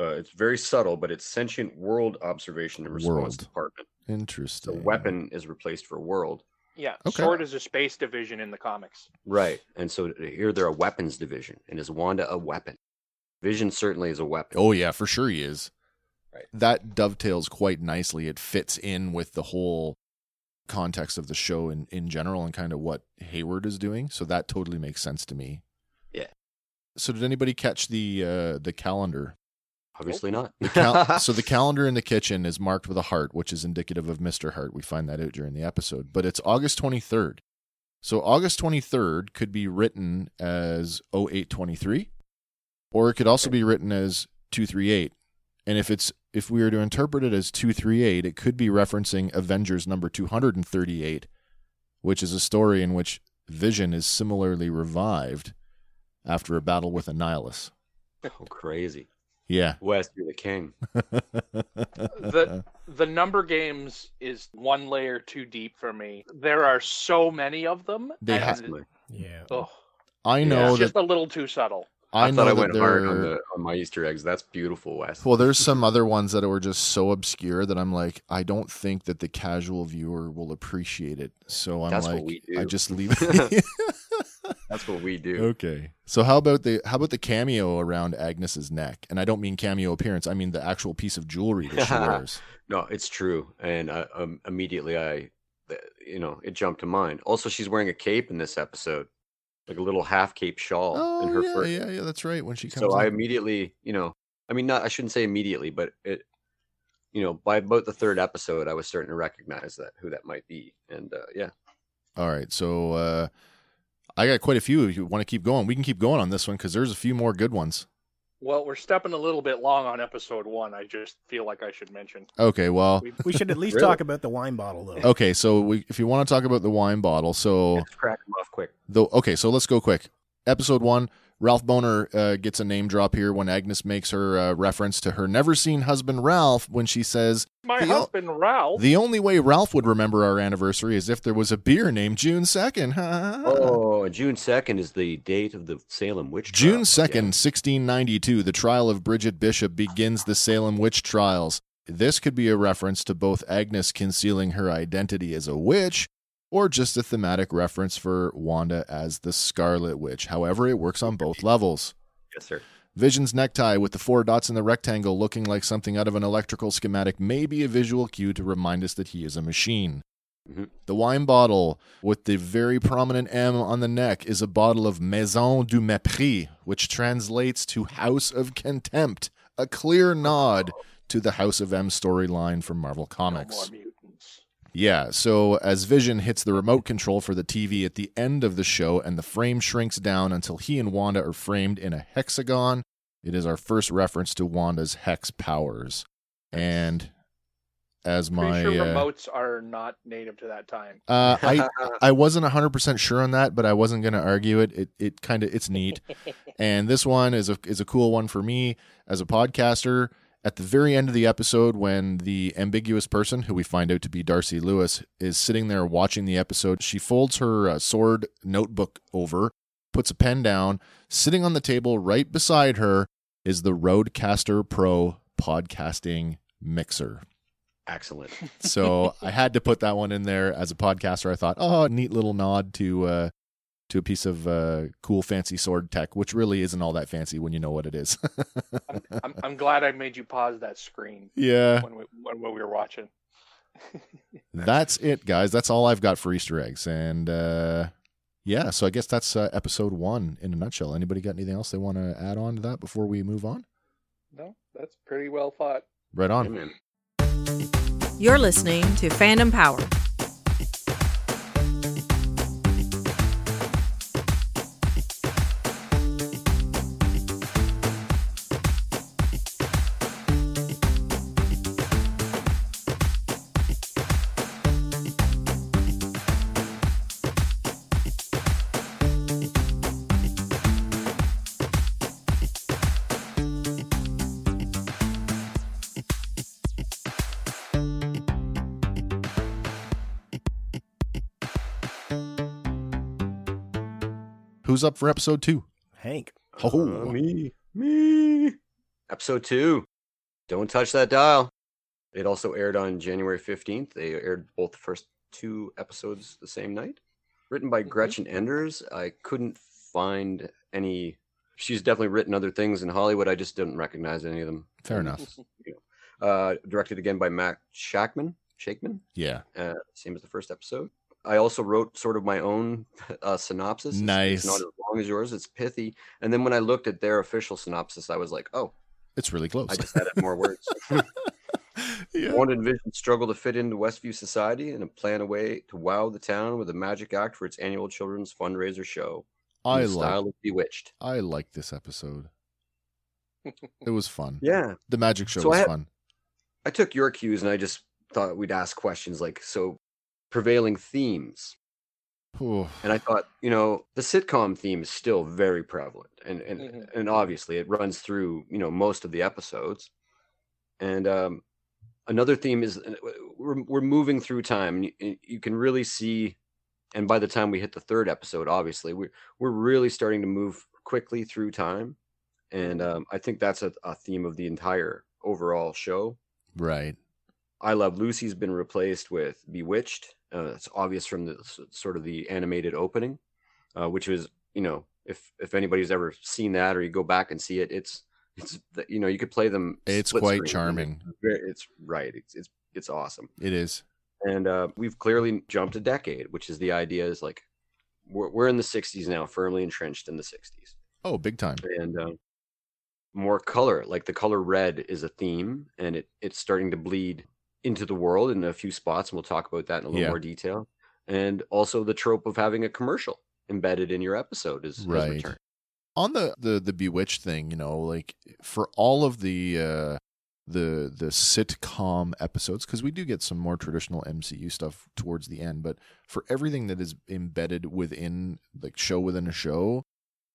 E: uh, it's very subtle, but it's Sentient World Observation and Response
B: World.
E: Department. So
B: Interesting.
E: weapon is replaced for world.
D: Yeah.
B: Okay.
D: Sword is a space division in the comics.
E: Right. And so here they're a weapons division. And is Wanda a weapon? Vision certainly is a weapon.
B: Oh yeah, for sure he is.
E: Right.
B: That dovetails quite nicely. It fits in with the whole context of the show in, in general and kind of what Hayward is doing. So that totally makes sense to me.
E: Yeah.
B: So did anybody catch the uh, the calendar?
E: Obviously not.
B: The
E: (laughs)
B: cal- so the calendar in the kitchen is marked with a heart, which is indicative of Mr. Hart. We find that out during the episode, but it's August 23rd. So August 23rd could be written as 0823 or it could also be written as 238. And if it's if we were to interpret it as 238, it could be referencing Avengers number 238, which is a story in which Vision is similarly revived after a battle with Annihilus.
E: oh, crazy.
B: Yeah.
E: West, you're the king.
D: The the number games is one layer too deep for me. There are so many of them.
B: They
D: and-
B: have-
C: Yeah.
D: Ugh,
B: I know
D: it's
B: that
D: just a little too subtle.
E: I,
B: I, know
E: thought I
B: that
E: went
B: there
E: hard on,
B: are-
E: the, on my Easter eggs. That's beautiful, West.
B: Well, there's some other ones that were just so obscure that I'm like, I don't think that the casual viewer will appreciate it. So I'm
E: That's what
B: like,
E: we do.
B: I just
E: (laughs)
B: leave (laughs) it.
E: That's what we do.
B: okay. So how about the how about the cameo around Agnes's neck? And I don't mean cameo appearance. I mean the actual piece of jewelry
E: (laughs)
B: that she wears.
E: No, it's true. And I, um, immediately I, th- you know, it jumped to mind. Also, she's wearing a cape in this episode, like a little half cape shawl in
B: oh
E: her
B: yeah,
E: fur.
B: yeah, yeah. That's right. When she comes.
E: So I
B: in.
E: immediately, you know, I mean, not I shouldn't say immediately, but it, you know, by about the third episode, I was starting to recognize that who that might be. And uh, yeah,
B: All right. So uh, I got quite a few. If you want to keep going, we can keep going on this one because there's a few more good ones.
D: Well, we're stepping a little bit long on episode one. I just feel like I should mention.
B: Okay. Well.
D: We-
C: We should at least
E: Really?
C: talk about the wine bottle, though.
B: Okay. So we, if you want to talk about the wine bottle, so.
E: just crack them off quick.
B: though okay so let's go quick episode one ralph boner uh, gets a name drop here when agnes makes her uh, reference to her never seen husband ralph when she says
D: My
B: The o-
D: husband Ralph.
B: the only way ralph would remember our anniversary is if there was a beer named june (laughs) 2nd
E: Oh, and June second is the date of the Salem witch. trial.
B: June 2nd, 1692, the trial of Bridget Bishop begins the Salem witch trials. This could be a reference to both Agnes concealing her identity as a witch or just a thematic reference for Wanda as the Scarlet Witch. However, it works on both levels.
E: Yes, sir.
B: Vision's necktie with the four dots in the rectangle looking like something out of an electrical schematic may be a visual cue to remind us that he is a machine.
D: Mm-hmm.
E: Mhm.
B: The wine bottle with the very prominent M on the neck is a bottle of Maison du Mépris, which translates to House of Contempt, a clear nod to the House of M storyline from Marvel
D: No
B: Comics.
D: more mutants.
B: Yeah, so as Vision hits the remote control for the TV at the end of the show and the frame shrinks down until he and Wanda are framed in a hexagon, it is our first reference to Wanda's hex powers. And as my
D: Pretty sure
B: uh,
D: remotes are not native to that time.
B: uh, (laughs) I I wasn't hundred percent sure on that, but I wasn't going to argue it. It it kind of it's neat, and this one is a is a cool one for me as a podcaster. At the very end of the episode, when the ambiguous person, who we find out to be Darcy Lewis, is sitting there watching the episode, she folds her uh, sword notebook over, puts a pen down. Sitting on the table right beside her is the Roadcaster Pro podcasting mixer.
E: (laughs) Excellent.
B: So I had to put that one in there as a podcaster. I thought, oh, neat little nod to uh, to a piece of uh, cool, fancy sword tech, which really isn't all that fancy when you know what it is.
D: I'm, I'm, I'm glad I made you pause that screen
B: (laughs)
E: (laughs)
B: yeah,
D: when we when we were watching. (laughs)
B: that's it, guys. That's all I've got for Easter eggs, and uh, yeah. So I guess that's uh, episode one in a nutshell. Anybody got anything else they want to add on to that before we move on?
D: No, that's pretty well thought.
B: Right
E: Yeah,
B: on.
E: man.
A: You're listening to Fandom Power.
B: Who's up for episode two?
C: Hank.
B: Oh,
E: me, me. Episode two. Don't touch that dial. It also aired on January 15th. They aired both the first two episodes the same night. Written
B: Mm-hmm.
E: by Gretchen Enders. I couldn't find any. She's definitely written other things in Hollywood. I just didn't recognize any of them.
B: fair
E: (laughs)
B: enough.
E: Uh, directed again by Matt Shackman. Shakeman,
B: Yeah,
E: uh, same as the first episode. I also wrote sort of my own uh, synopsis. It's-
B: Nice.
E: It's not as long as yours. It's pithy. And then when I looked at their official synopsis, I was like, oh,
B: it's really close.
E: I just added more words.
B: (laughs) yeah.
E: Wanda and Vision struggle to fit into Westview society and plan a way to wow the town with a magic act for its annual children's fundraiser show. in
B: I
E: the
B: like
E: style of Bewitched.
B: I like this
E: (laughs)
B: episode. It was fun.
E: Yeah.
B: The magic show
E: So I
B: was
E: had-
B: fun.
E: I took your cues and I just thought we'd ask questions like, so prevailing themes.
B: Ooh.
E: and I thought, you know, the sitcom theme is still very prevalent, and and
D: Mhm.
E: and obviously it runs through you know most of the episodes. And um, another theme is uh, we're we're moving through time, and you- and you can really see. And by the time we hit the third episode, obviously we're we're really starting to move quickly through time, and um, I think that's a, a theme of the entire overall show.
B: Right.
E: I Love Lucy's been replaced with Bewitched. Uh, it's obvious from the s- sort of the animated opening, uh, which was you know if if anybody's ever seen that or you go back and see it, it's it's th- you know you could play them.
B: It's
E: split
B: quite
E: screen.
B: charming.
E: It's, it's right. It's it's it's awesome.
B: It is.
E: And uh, we've clearly jumped a decade, which is the idea is like we're we're in the '60s now, firmly entrenched in the '60s
B: Oh, big time.
E: and uh, more color like the color red is a theme and it it's starting to bleed into the world in a few spots and we'll talk about that in a little
B: Yeah.
E: more detail and also the trope of having a commercial embedded in your episode is is
B: Right.
E: returned.
B: On the the the bewitched thing, you know, like for all of the uh the the sitcom episodes cuz we do get some more traditional MCU stuff towards the end, but for everything that is embedded within like show within a show,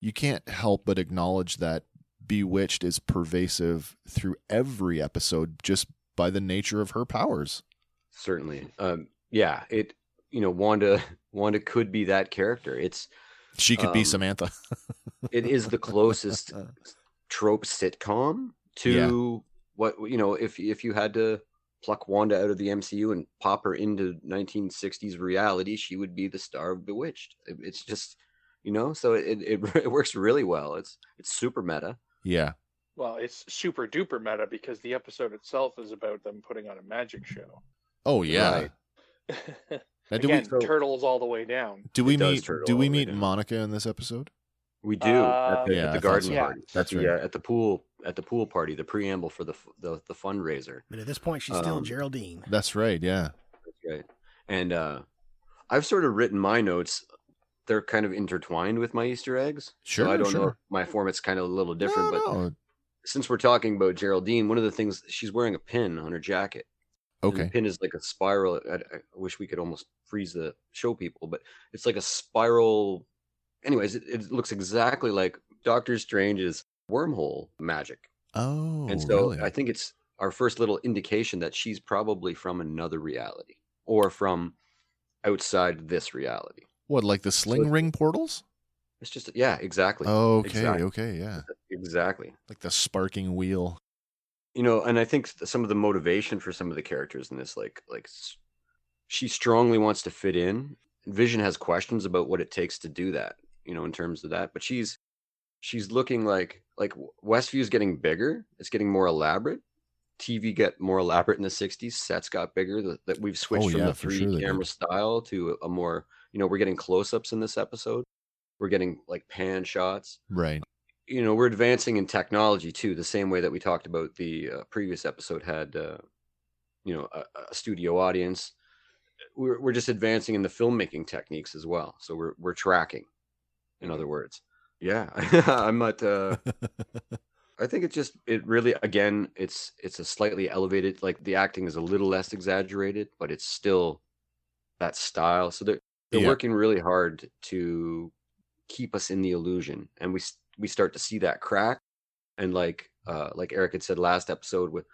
B: you can't help but acknowledge that bewitched is pervasive through every episode just by the nature of her powers.
E: certainly um yeah it you know wanda (laughs) wanda could be that character it's
B: She could be
E: Um,
B: Samantha. (laughs)
E: it is the closest trope sitcom to what you know if if you had to pluck Wanda out of the MCU and pop her into 1960s reality, she would be the star of Bewitched. It- it's just you know, so it, it (laughs) it works really well. It's it's super meta.
B: Yeah.
D: Well, it's super duper meta because the episode itself is about them putting on a
E: (laughs)
D: magic show.
B: Oh yeah.
E: Right.
B: Now, do
D: Again,
B: we
D: turtles all the way down.
B: do we
E: It does
B: meet
E: turtle
B: do we
E: all the way
B: meet
E: down.
B: Monica in this episode?
E: We do at the,
B: Yeah,
E: at
B: I
E: the
B: thought
E: garden
B: so.
D: Yeah.
E: party.
B: That's
E: at the,
B: right.
E: uh, at the pool at the pool party. The preamble for the f- the, the fundraiser.
C: But at this point, she's still
E: Um,
C: Geraldine.
B: That's right. Yeah.
E: That's right. And uh, I've sort of written my notes. They're kind of intertwined with my Easter eggs.
B: Sure.
E: so I don't
B: sure.
E: know. If my format's kind of a little
B: No,
E: different, but
B: no.
E: since we're talking about Geraldine, one of the things she's wearing a pin on her jacket. And the
B: okay.
E: pin is like a spiral. I, I wish we could almost freeze the show people, but it's like a spiral. Anyways, it, it looks exactly like Doctor Strange's wormhole magic.
B: Oh,
E: and so
B: really?
E: I think it's our first little indication that she's probably from another reality or from outside this reality.
B: what like the sling
E: it's-
B: ring portals?
E: It's just, yeah, exactly.
B: Okay.
E: exactly.
B: Okay. Yeah.
E: Exactly.
B: Like the sparking wheel.
E: you know and i think s- some of the motivation for some of the characters in this like like s- she strongly wants to fit in vision has questions about what it takes to do that you know in terms of that but she's she's looking like like W- westview's getting bigger it's getting more elaborate tv got more elaborate in the 60s sets got bigger that, that we've switched from
B: Oh, yeah,
E: the
B: for
E: three
B: sure they did.
E: camera style to a more you know we're getting close-ups in this episode we're getting like pan shots
B: Right.
E: you know we're advancing in technology too the same way that we talked about the uh, previous episode had uh, you know a, a studio audience we're, we're just advancing in the filmmaking techniques as well so we're we're tracking in other words yeah (laughs) i'm not uh, i think it's just it really again it's it's a slightly elevated like the acting is a little less exaggerated but it's still that style so they're they're
B: Yeah.
E: working really hard to keep us in the illusion and we s- we start to see that crack and like uh like eric had said last episode with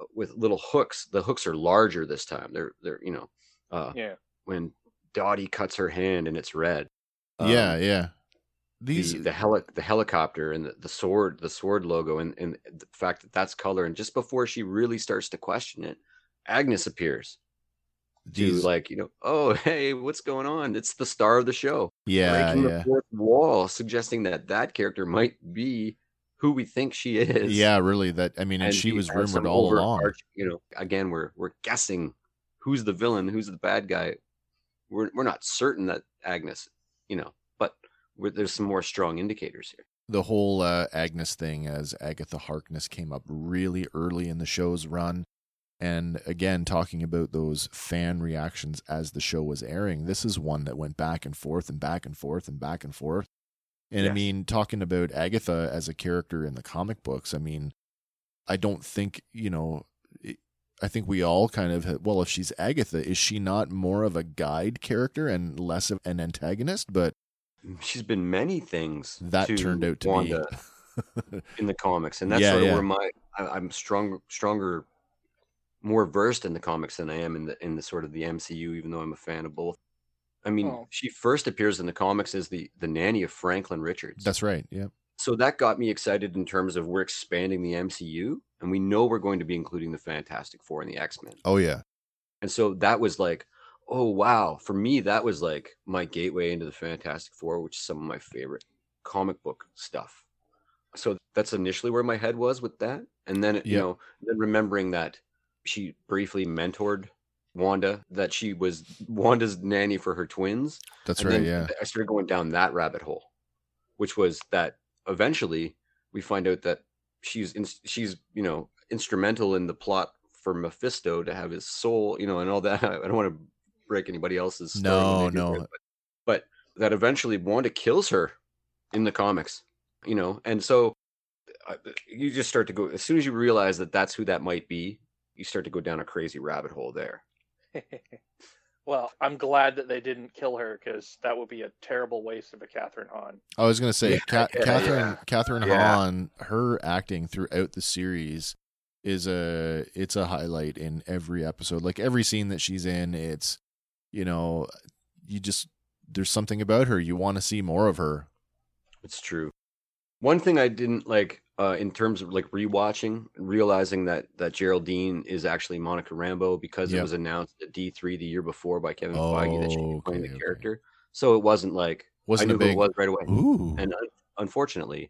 E: uh, with little hooks the hooks are larger this time they're they're you know uh
D: Yeah. (laughs)
E: when dottie cuts her hand and it's red Um,
B: yeah. Yeah. These.
E: the the, heli- the helicopter and the, the sword the sword logo and and the fact that that's color and just before she really starts to question it agnes appears to
B: these
E: like you know oh hey what's going on it's the star of the show
B: yeah.
E: breaking
B: Yeah.
E: the fourth wall, suggesting that that character might be who we think she is.
B: Yeah. Really. That. I mean, and, she
E: he
B: was
E: has some
B: rumored all along.
E: overarch- You know, again, we're we're guessing who's the villain, who's the bad guy. We're we're not certain that Agnes, you know, but we're, there's some more strong indicators here.
B: the whole uh, Agnes thing as Agatha Harkness came up really early in the show's run. And again, talking about those fan reactions as the show was airing, this is one that went back and forth and back and forth and back and forth. And I
E: Yes.
B: mean, talking about Agatha as a character in the comic books, I mean, I don't think, you know, it- I think we all kind of, ha- well, if she's Agatha, is she not more of a guide character and less of an antagonist? But
E: She's been many things
B: that turned out to
E: Wanda
B: (laughs) be.
E: in the comics, and that's
B: Yeah,
E: sort of
B: yeah.
E: where my I, I'm strong, stronger, more versed in the comics than I am in the in the sort of the MCU. Even though I'm a fan of both, I mean,
D: Oh.
E: she first appears in the comics as the the nanny of Franklin Richards.
B: That's right. Yeah.
E: so that got me excited in terms of we're expanding the MCU, and we know we're going to be including the Fantastic Four and the X Men.
B: Oh yeah.
E: And so that was like, oh wow, for me that was like my gateway into the Fantastic Four, which is some of my favorite comic book stuff. So that's initially where my head was with that, and then you
B: Yeah.
E: know, then remembering that she briefly mentored Wanda, that she was Wanda's nanny for her twins.
B: That's
E: and
B: right.
E: then
B: Yeah.
E: I started going down that rabbit hole, which was that eventually we find out that she's in, she's you know instrumental in the plot for Mephisto to have his soul, you know, and all that. (laughs) I don't want to break anybody else's story when
B: No,
E: they do
B: no.
E: this, but, but that eventually Wanda kills her in the comics, you know, and so I- you just start to go as soon as you realize that that's who that might be. You start to go down a crazy rabbit hole there.
D: well, I'm glad that they didn't kill her because that would be a terrible waste of a Catherine Hahn.
B: I was gonna say,
E: Yeah,
B: Ca-
E: yeah,
B: Catherine
E: yeah.
B: Catherine
E: Yeah.
B: Hahn, her acting throughout the series is a it's a highlight in every episode. Like every scene that she's in, it's you know, you just there's something about her you want to see more of her.
E: It's true. One thing I didn't like uh, in terms of like rewatching, realizing that that Geraldine is actually Monica Rambo because
B: Yep.
E: it was announced at D three the year before by Kevin Feige that she was
B: Oh, Okay,
E: playing the
B: okay.
E: character. So it wasn't like
B: Wasn't
E: I
B: a
E: knew who
B: big.
E: it was right away.
B: Ooh,
E: And un- unfortunately, you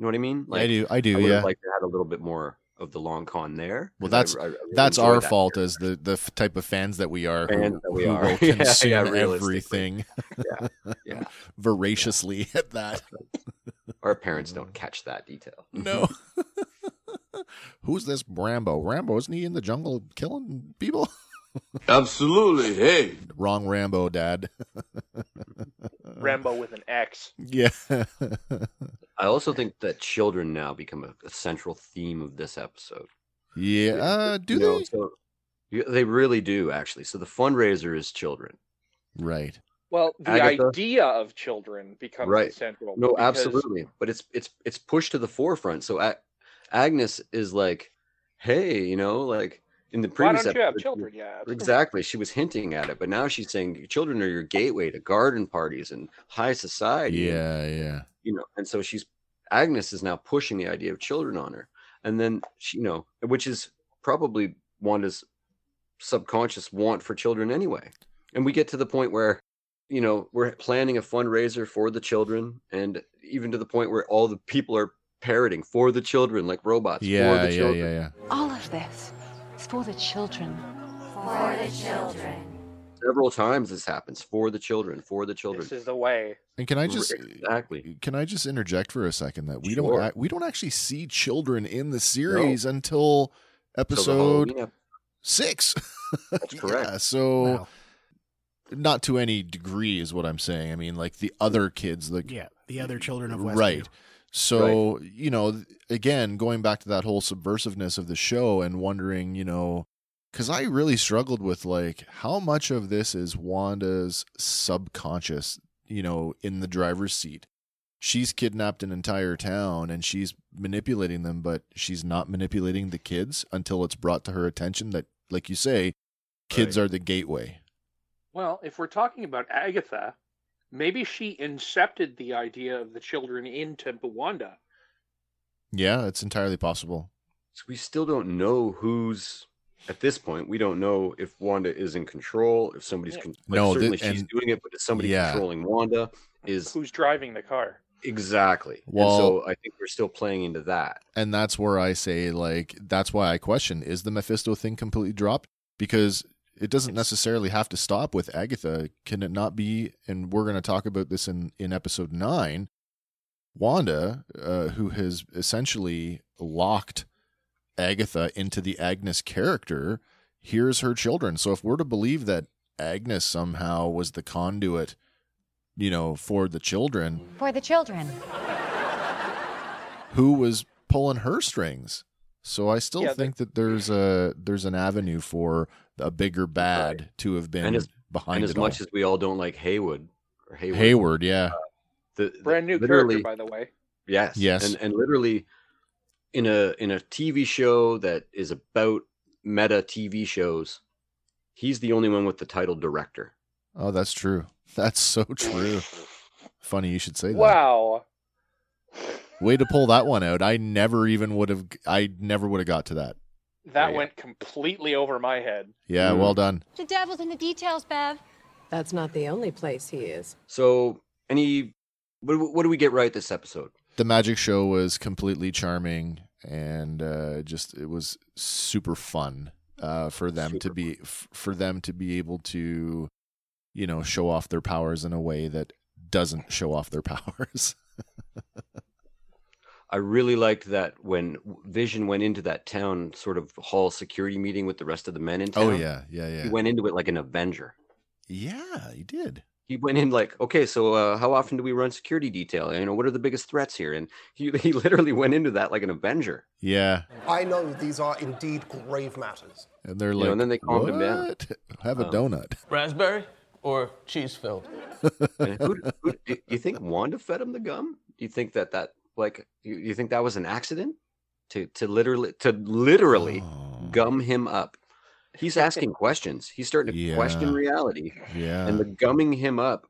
E: know what I mean?
B: I do. I do.
E: I would
B: yeah.
E: have liked to have had a little bit more of the long con there.
B: Well,
E: 'cause I- I really
B: That's
E: enjoy
B: our
E: that
B: fault uh,
E: character.
B: as the the f- type of fans that we are,
E: Fans
B: who,
E: that we
B: who
E: are.
B: will
E: (laughs) Yeah, yeah,
B: consume
E: realistically.
B: everything
E: Yeah, yeah.
B: voraciously (laughs) at that.
E: Our
B: (laughs)
E: parents don't catch that detail.
B: No. (laughs) Who's this Rambo? Rambo isn't he in the jungle killing people? (laughs)
H: Absolutely. Hey.
B: Wrong Rambo, Dad. (laughs)
D: Rambo with an X.
B: Yeah. (laughs)
E: I also think that children now become a, a central theme of this episode.
B: yeah. Uh, do
E: You know,
B: they?
E: so- yeah, they really do, actually. So the fundraiser is children.
B: Right.
D: Well, the
E: Agatha?
D: idea of children becomes
E: Right.
D: central.
E: No,
D: because-
E: absolutely. But it's it's it's pushed to the forefront. So A- Agnes is like, "Hey, you know, like in the
D: Why
E: previous
D: don't you have
E: episode,
D: children? Yeah,
E: (laughs)
D: absolutely.
E: Exactly. She was hinting at it, but now she's saying children are your gateway to garden parties and high society. and,
B: Yeah. Yeah.
E: you know, and so she's Agnes is now pushing the idea of children on her. And then she, you know, which is probably Wanda's subconscious want for children anyway. And we get to the point where, you know, we're planning a fundraiser for the children, and even to the point where all the people are parroting for the children, like robots. for
B: Yeah.
E: the
B: Yeah.
E: children.
B: Yeah. Yeah.
I: All of this is for the children.
E: Several times this happens for the children, for the children.
D: This is the way.
B: And can I just
E: exactly.
B: can I just interject for a second that we
E: Sure.
B: don't ac- we don't actually see children in the series until
E: So the
B: episode
E: Halloween ep-
B: six. (laughs)
E: That's correct.
B: Yeah, so
C: Wow.
B: not to any degree is what I'm saying. I mean, like the other kids, like
C: Yeah, the other children of Westview.
B: right. So you know, th- again, going back to that whole subversiveness of the show and wondering, you know, because I really struggled with like how much of this is Wanda's subconscious, you know, in the driver's seat. She's kidnapped an entire town and she's manipulating them, but she's not manipulating the kids until it's brought to her attention that, like you say, kids are the gateway.
D: Well, if we're talking about Agatha, maybe she incepted the idea of the children into Wanda.
B: Yeah, it's entirely possible.
E: So we still don't know who's at this point. We don't know if Wanda is in control, if somebody's
D: Yeah.
E: con- like,
B: No, thi-
E: certainly she's
B: and-
E: doing it, but is somebody
B: yeah.
E: controlling Wanda? Is
D: Who's driving the car?
E: exactly.
B: Well-
E: and so I think we're still playing into that.
B: and that's where I say like that's why I question is the Mephisto thing completely dropped because it doesn't necessarily have to stop with Agatha. Can it not be? And we're going to talk about this in in episode nine. Wanda, uh, who has essentially locked Agatha into the Agnes character, hears her children. So if we're to believe that Agnes somehow was the conduit, you know, for the children,
I: For the children.
B: who was pulling her strings. So I still
D: Yeah, they-
B: think that there's a there's an avenue for a bigger bad to have been
E: And as-
B: behind
E: and as
B: it
E: much
B: all.
E: as uh, we all don't like Haywood or Hayward,
B: Hayward, yeah,
E: the, the-
D: Brand new
E: literally,
D: character, by the way.
E: Yes.
B: Yes.
E: And and literally in a in a TV show that is about meta TV shows, he's the only one with the title director.
B: oh, that's true. (laughs) That's so
E: (laughs)
B: true. Funny you should say that.
D: Wow.
B: Way to pull that one out. I never even would have. I never would have got to that.
D: That
E: Yeah, yeah.
D: went completely over my head.
B: Yeah,
E: Mhm.
B: well done.
I: The devil's in the details, Bev.
J: That's not the only place he is.
E: So any what, do- what do we get right this episode?
B: The magic show was completely charming and uh, just it was super fun uh, for them to
E: Super
B: be f- for them to be able to you know show off their powers in a way that doesn't show off their (laughs) powers.
E: I really liked that when Vision went into that town sort of hall security meeting with the rest of the men in town.
B: oh yeah, yeah, yeah.
E: He went into it like an Avenger.
B: yeah, he did.
E: He went in like, okay, so uh, how often do we run security detail? You know, what are the biggest threats here? And he, (laughs) he literally went into that like an Avenger.
B: Yeah.
G: I know these are indeed grave matters.
B: And they're
E: You
B: like
E: know, and then they calmed him down. Um,
B: "What? Have a donut.
H: Raspberry or cheese filled?
E: And who, who, do do you think Wanda fed him the gum? Do you think that that like you, you think that was an accident to to literally to literally
B: Oh,
E: gum him up? He's asking questions. He's starting to
B: Yeah.
E: question reality,
B: yeah.
E: and the gumming him up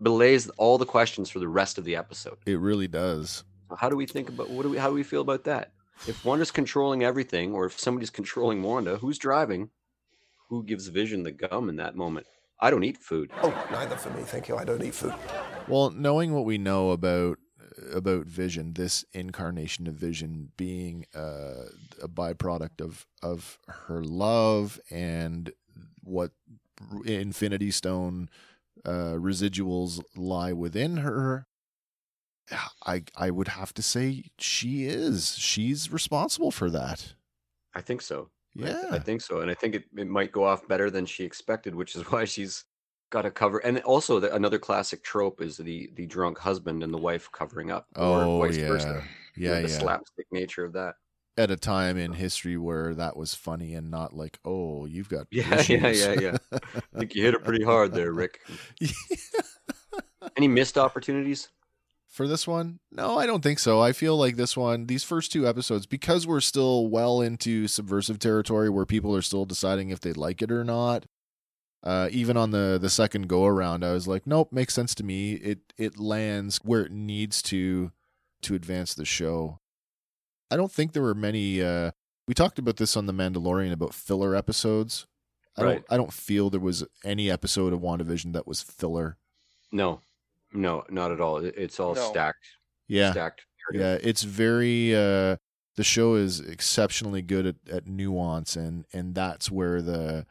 E: belays all the questions for the rest of the episode.
B: it really does.
E: How do we think about what do we how do we feel about that? If Wanda's controlling everything, or if somebody's controlling Wanda, who's driving? Who gives Vision the gum in that moment? I don't eat food.
G: Oh, neither for me, thank you. I don't eat food.
B: Well, knowing what we know about about Vision, this incarnation of Vision being uh, a byproduct of of her love and what Infinity Stone uh, residuals lie within her, I I would have to say she is she's responsible for that.
E: I think so. I th-
B: Yeah,
E: I, think so, and I think it, it might go off better than she expected, which is (laughs) why she's got to cover. And also, the, another classic trope is the the drunk husband and the wife covering up,
B: oh
E: or vice
B: yeah,
E: versa. You know,
B: yeah,
E: the
B: yeah.
E: slapstick nature of that.
B: At a time
E: Oh.
B: in history where that was funny and not like, oh, you've got
E: Yeah, (laughs) yeah,
B: issues.
E: yeah,
B: (laughs)
E: yeah. I think you hit it pretty hard there, Rick. Any missed opportunities?
B: for this one? No, I don't think so. I feel like this one, these first two episodes, because we're still well into subversive territory where people are still deciding if they like it or not. Uh, even on the the second go around, I was like, nope, makes sense to me. It it lands where it needs to to advance the show. I don't think there were many. Uh, we talked about this on the Mandalorian about filler episodes. I
E: Right.
B: don't. I don't feel there was any episode of WandaVision that was filler.
E: No, no, not at all. It- It's all
D: No.
E: stacked,
B: Yeah,
E: stacked. narrative.
B: yeah it's very uh the show is exceptionally good at, at nuance and and that's where the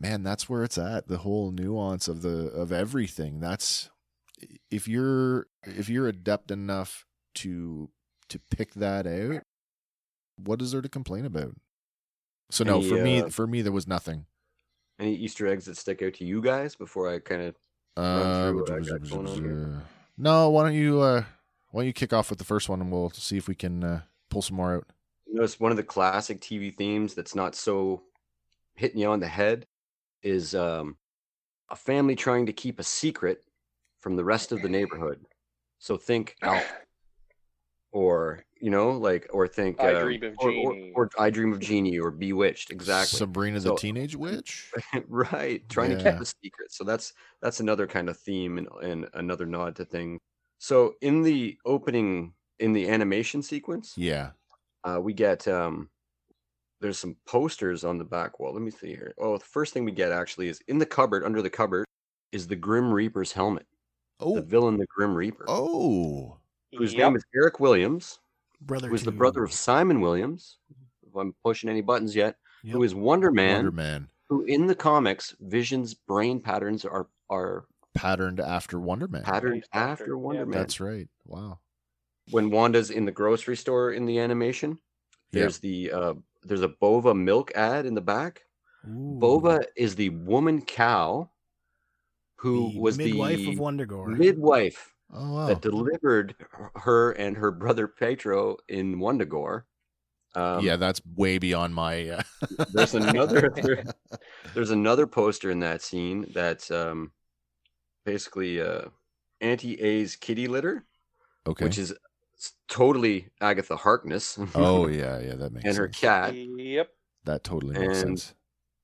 B: man that's where it's at the whole nuance of the of everything that's if you're if you're adept enough to to pick that out what is there to complain about so no
E: Any,
B: for me
E: uh,
B: for me there was nothing
E: Any Easter eggs that stick out to you guys before I kind of?
B: uh,
E: through what I got going on here.
B: no why don't you uh why don't you kick off with the first one and we'll see if we can uh, pull some more out
E: notice one of the classic TV themes that's not so hitting you on the head is um, a family trying to keep a secret from the rest of the neighborhood. So think Alf, or you know, like, or think um,
D: I Dream of
E: or-
D: Jeannie.
E: or, or, I Dream of Genie, or Bewitched, exactly.
B: Sabrina the
E: So-
B: Teenage Witch.
E: (laughs) right, trying to
B: Yeah.
E: keep a secret. So that's that's another kind of theme and, and another nod to things. So in the opening, in the animation sequence,
B: Yeah.
E: uh, we get um, there's some posters on the back wall. Let me see here. Oh, the first thing we get actually is in the cupboard under the cupboard is the Grim Reaper's helmet. The
B: Oh.
E: villain, the Grim Reaper,
B: Oh.
E: whose
D: Yep.
E: name is Eric Williams,
C: Brother
E: who is the
C: to-
E: brother of Simon Williams. If I'm pushing any buttons yet, who is Wonder Man,
B: Wonder Man
E: who in the comics, Vision's brain patterns are are
B: patterned after Wonder Man.
E: patterned
D: Based after-
E: after Wonder
D: yeah.
E: Man.
B: That's right. Wow.
E: when Wanda's in the grocery store in the animation.
B: Yeah.
E: There's the uh, there's a Bova milk ad in the back.
C: Ooh.
E: Bova is the woman cow who
C: The
E: was
C: midwife
E: the
C: of Wonder Gore.
E: midwife
B: Oh wow.
E: that delivered her- her and her brother Petro in Wondagore. Um,
B: yeah, that's way beyond my. Uh,
E: (laughs) there's
C: (laughs)
E: another (laughs) there- there's another poster in that scene that's um, basically uh, Auntie A's kitty litter,
B: (laughs) okay.
E: which is s- totally Agatha Harkness (laughs)
B: oh yeah, yeah, that makes
E: and her
B: sense.
E: cat.
D: Yep.
B: That totally makes
E: and
B: sense.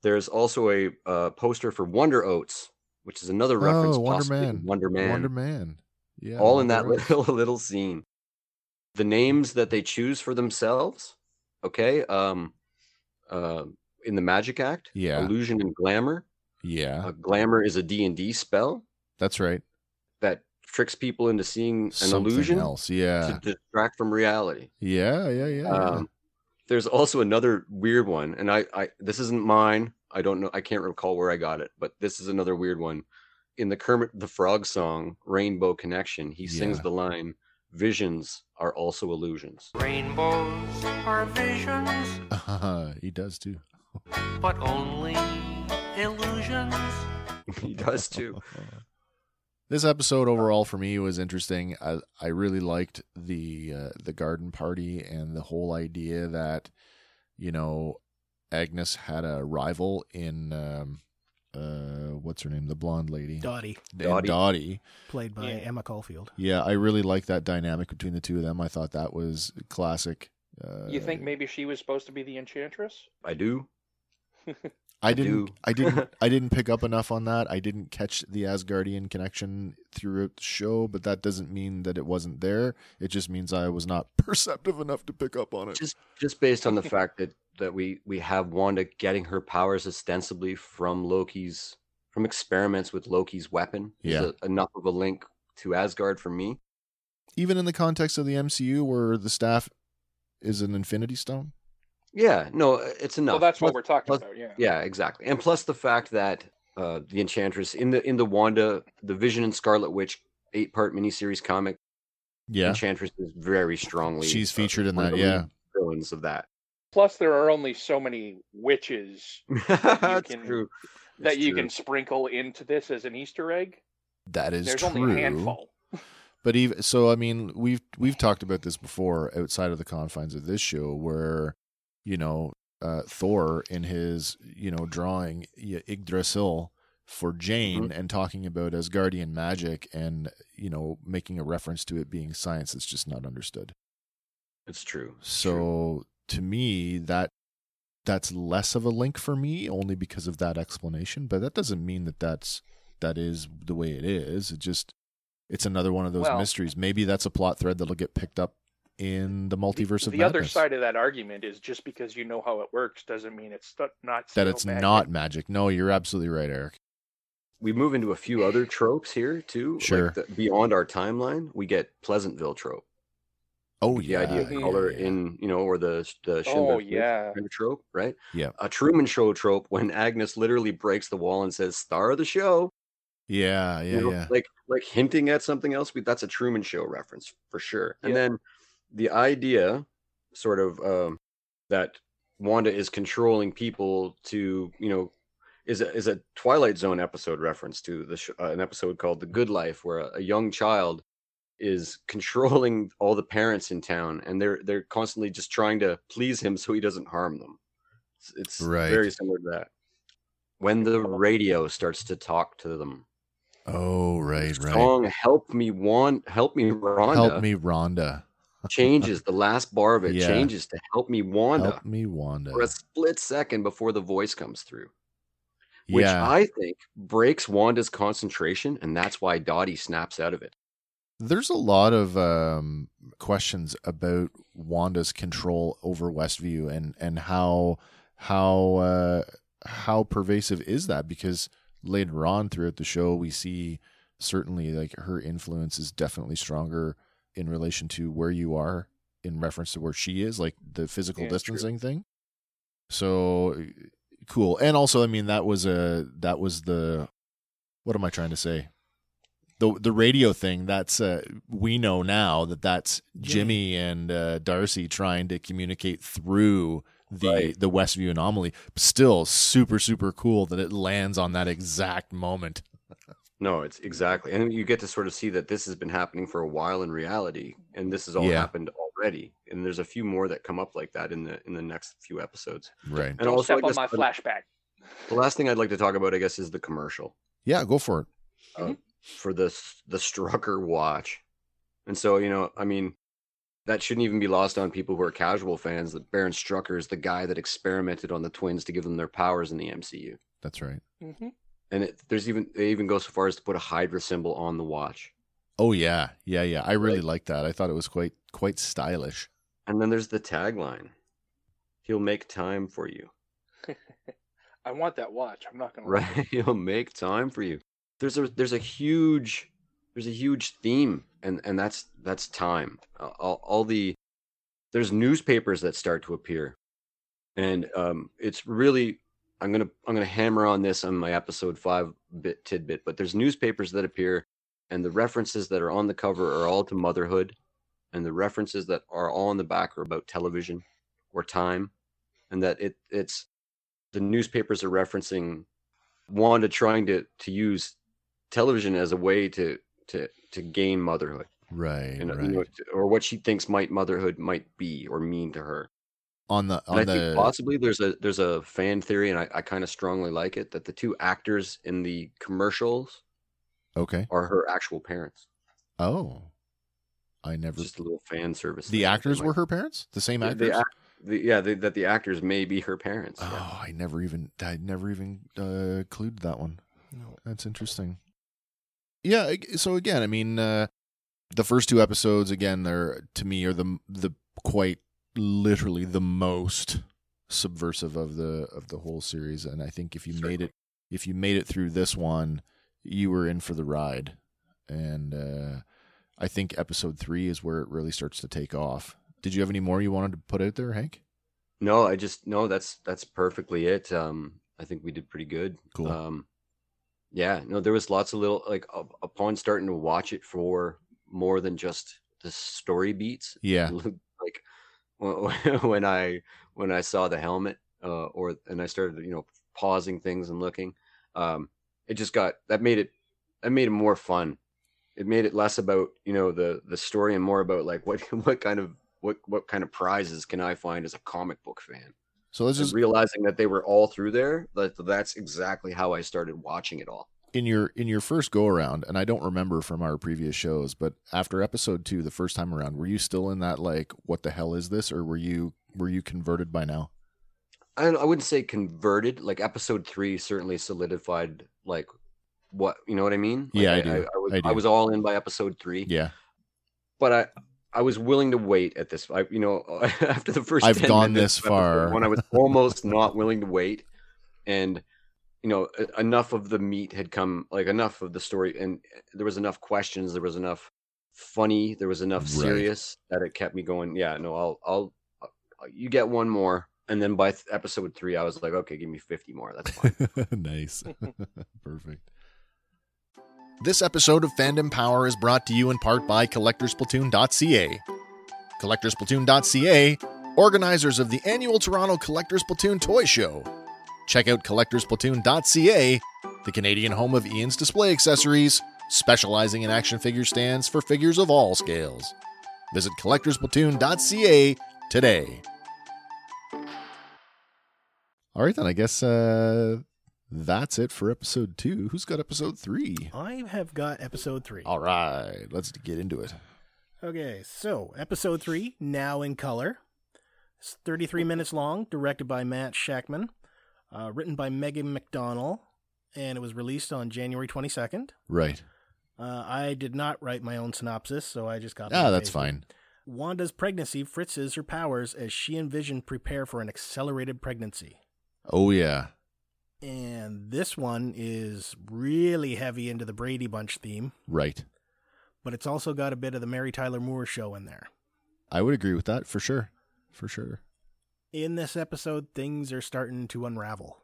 E: There's also a uh, poster for Wonder Oats, which is another reference
B: Oh, Wonder
E: possibly to
B: Man.
E: Wonder Man.
B: Wonder Man. Yeah.
E: all in that
B: Wonder Man.
E: (laughs) little little scene. The names that they choose for themselves, okay? Um, uh, in the Magic Act,
B: Yeah.
E: illusion and glamour.
B: Yeah,
E: Uh, glamour is a D and D spell
B: that's right.
E: that tricks people into seeing an
B: Something
E: illusion
B: else. Yeah.
E: to distract from reality.
B: Yeah. Yeah. Yeah. yeah.
E: Um, there's also another weird one, and I, I this isn't mine. I don't know. I can't recall where I got it, but this is another weird one. In the Kermit the Frog song "Rainbow Connection," he sings
B: Yeah.
E: the line, "Visions are
B: (laughs)
E: also illusions."
K: Rainbows are visions,
E: um,
B: (laughs) he does too.
K: but only illusions.
E: (laughs) he does too.
B: (laughs) This episode overall for me was interesting. I, I really liked the uh, the garden party and the whole idea that you know Agnes had a rival in um, uh, what's her name, the blonde lady,
C: Dottie,
B: And
E: Dottie.
B: Dottie.
C: played by
D: Yeah.
C: Emma Caulfield.
B: Yeah, I really liked that dynamic between the two of them. I thought that was classic. Uh,
D: You think maybe she was supposed to be the enchantress?
E: I do.
B: I didn't.
E: do.
B: I
E: (laughs)
B: didn't. I didn't pick up enough on that. I didn't catch the Asgardian connection throughout the show, but that doesn't mean that it wasn't there. It just means I was not (laughs) perceptive enough to pick up on it.
E: just just based on the fact that that we we have Wanda getting her powers ostensibly from Loki's from experiments with Loki's weapon. is
B: Yeah.
E: a- enough of a link to Asgard for me.
B: Even in the context of the MCU, where the staff is an Infinity Stone.
E: Yeah, no, it's enough.
D: Well, that's what
E: Plus-
D: we're talking
E: plus-
D: about. Yeah.
E: Yeah, exactly. And plus the fact that uh, the Enchantress in the in the Wanda, the Vision and Scarlet Witch eight part miniseries comic,
B: Yeah,
E: Enchantress is very strongly.
B: She's
E: uh,
B: featured in
E: one of
B: that,
E: the lead
B: yeah.
E: villains of that. (laughs)
D: Plus, there are only so many witches
E: that's
D: can-
E: true.
D: that
E: It's
D: you
E: true.
D: can sprinkle into this as an Easter egg.
B: that is
D: There's
B: true.
D: only a handful.
B: But even so, I mean, we've we've talked about this before outside of the confines of this show, where you know uh, Thor in his you know drawing Y- Yggdrasil for Jane and talking about Asgardian magic and you know making a reference to it being science that's just not understood.
E: It's true. It's
B: So
E: true.
B: to me, that that's less of a link for me only because of that explanation. But that doesn't mean that that's that is the way it is. It just it's another one of those
D: Well-
B: mysteries. Maybe that's a plot thread that'll get picked up in the multiverse
D: the
B: of
D: other
B: Madness,
D: side of that argument is just because you know how it works doesn't mean it's stu- not
B: that
D: still
B: it's
D: magic.
B: not magic. No, you're absolutely right, Eric.
E: we move into a few other tropes here too.
B: Sure.
E: Like the, beyond our timeline, we get Pleasantville trope.
B: Oh
E: The
B: yeah,
E: idea of
B: yeah,
E: color
B: yeah.
E: in you know, or the the
D: Oh,
E: Schindler's List
D: yeah.
E: kind of trope, right?
B: Yeah.
E: A Truman Show trope when Agnes literally breaks the wall and says "star of the show,"
B: yeah, yeah,
E: you know,
B: yeah.
E: like like hinting at something else. But that's a Truman Show reference for sure. And
D: Yeah.
E: then the idea, sort of, um, that Wanda is controlling people to you know is a, is a Twilight Zone episode reference to the sh- uh, an episode called The Good Life, where a, a young child is (laughs) controlling all the parents in town, and they're they're constantly just trying to please him so he doesn't harm them. It's, it's
B: Right.
E: very similar to that. When the radio starts to talk to them,
B: Oh right, right.
E: song "Help Me Want," "Help Me Rhonda"
B: Help me, (laughs) Rhonda.
E: changes the last bar of it
B: Yeah.
E: changes to "Help Me Wanda"
B: Help me, Wanda.
E: for a split second before the voice comes through. which
B: yeah.
E: I think breaks Wanda's concentration, and that's why Dottie snaps out of it.
B: There's a lot of um, questions about Wanda's control over Westview and and how how uh, how pervasive is that? Because later on throughout the show, we see certainly like her influence is definitely stronger in relation to where you are in reference to where she is, like the physical
D: Yeah, true.
B: distancing thing. So cool, and also I mean that was a that was the what am I trying to say? The the radio thing that's uh, we know now that that's Jimmy, and uh, Darcy trying to communicate through the
E: Right.
B: the Westview anomaly. Still super super cool that it lands on that exact moment.
E: No, it's exactly, and you get to sort of see that this has been happening for a while in reality, and this has all
B: Yeah.
E: happened already. And there's a few more that come up like that in the in the next few episodes.
B: Right.
E: And
D: Don't
E: also, I
D: step on
E: guess,
D: my
E: the-
D: flashback.
E: the last thing I'd like to talk about, I guess, is the commercial
B: Yeah, go for it.
E: for the s- the Strucker watch. And so, you know, I mean, that shouldn't even be lost on people who are casual fans that Baron Strucker is the guy that experimented on the twins to give them their powers in the MCU.
B: That's right.
D: hmm
E: and it, there's even they even go so far as to put a Hydra symbol on the watch.
B: Oh yeah, yeah yeah. I really like that. I thought it was quite quite stylish.
E: And then there's the tagline: "He'll make time for you."
D: I want that watch. I'm not gonna lie.
E: (laughs) Right? He'll make time for you. There's a there's a huge there's a huge theme, and and that's that's time. Uh, All, all the there's newspapers that start to appear, and um, it's really I'm gonna I'm gonna hammer on this on my episode five bit tidbit, but there's newspapers that appear, and the references that are on the cover are all to motherhood, and the references that are all on the back are about television or time, and that it it's the newspapers are referencing Wanda trying to to use television as a way to to to gain motherhood,
B: Right.
E: uh, you know,
B: right.
E: you know, to- or what she thinks might motherhood might be or mean to her.
B: on the
E: And
B: on
E: I
B: the
E: think possibly there's a there's a fan theory, and I, I kind of strongly like it that the two actors in the commercials
B: okay.
E: are her actual parents.
B: Oh, I
E: It's
B: never.
E: Just a little fan service.
B: The
E: thing,
B: actors
E: like-
B: were her parents. The same
E: the-
B: actors.
E: The, ac- the, yeah, the, that the actors may be her parents.
B: Oh,
E: yeah.
B: I never even I never even uh, clued that one.
C: No.
B: That's interesting. Yeah, ag- so again, I mean, uh, the first two episodes again, they're to me are the the quite literally the most subversive of the of the whole series, and I think if you made it if you made it through this one, you were in for the ride, and uh, I think episode three is where it really starts to take off. Did you have any more you wanted to put out there, Hank?
E: No, I just no. That's that's perfectly it. Um, I think we did pretty good.
B: Cool.
E: Um, yeah. No, there was lots of little like up- upon starting to watch it for more than just the story beats.
B: Yeah.
E: (laughs) like wh- (laughs) when I when I saw the helmet, uh, or and I started you know pausing things and looking. Um, it just got that made it that made it more fun. It made it less about you know the the story and more about like (laughs) what what kind of what what kind of prizes can I find as a comic book fan?
B: So let's
E: And
B: just
E: realizing that they were all through there. That that's exactly how I started watching it all.
B: in your in your first go around and i don't remember from our previous shows but after episode two the first time around were you still in that like what the hell is this or were you were you converted by now
E: I don't- I wouldn't say converted. Like episode three certainly solidified like what you know what I mean. Like,
B: Yeah, I do.
E: I, was,
B: I do.
E: was all in by episode three,
B: yeah
E: but I. I was willing to wait at this. I, you know, (laughs) after the first,
B: I've
E: 10
B: gone
E: minutes
B: this
E: of episode
B: far.
E: one, I was almost not willing to wait, and you know, e- enough of the meat had come, like enough of the story, and there was enough questions, there was enough funny, there was enough
B: Right.
E: serious that it kept me going. Yeah, no, I'll, I'll, I'll- you get one more, and then by th- episode three, I was like, okay, give me fifty more. That's fine.
B: (laughs) nice (laughs) perfect this episode of fandom power is brought to you in part by collectorsplatoon.ca collectorsplatoon.ca organizers of the annual toronto collectors platoon toy show check out collectorsplatoon.ca, the Canadian home of Ian's display accessories, specializing in action figure stands for figures of all scales. Visit collectorsplatoon.ca today. All right, then, I guess uh, that's it for episode two. Who's got episode three?
C: I have got episode three.
B: All right, let's get into it.
C: Okay, so episode three, now in color. It's 33 minutes long, directed by Matt Shackman, uh, written by Megan McDonnell, and it was released on January 22nd.
B: Right.
C: Uh, I did not write my own synopsis, so I just got.
B: Ah, that's fine.
C: Wanda's pregnancy fritzes her powers as she and Vision prepare for an accelerated pregnancy.
B: Oh, yeah.
C: And this one is really heavy into the Brady Bunch theme,
B: Right.
C: but it's also got a bit of the Mary Tyler Moore show in there.
B: I would agree with that for sure. For sure.
C: In this episode, things are starting to unravel.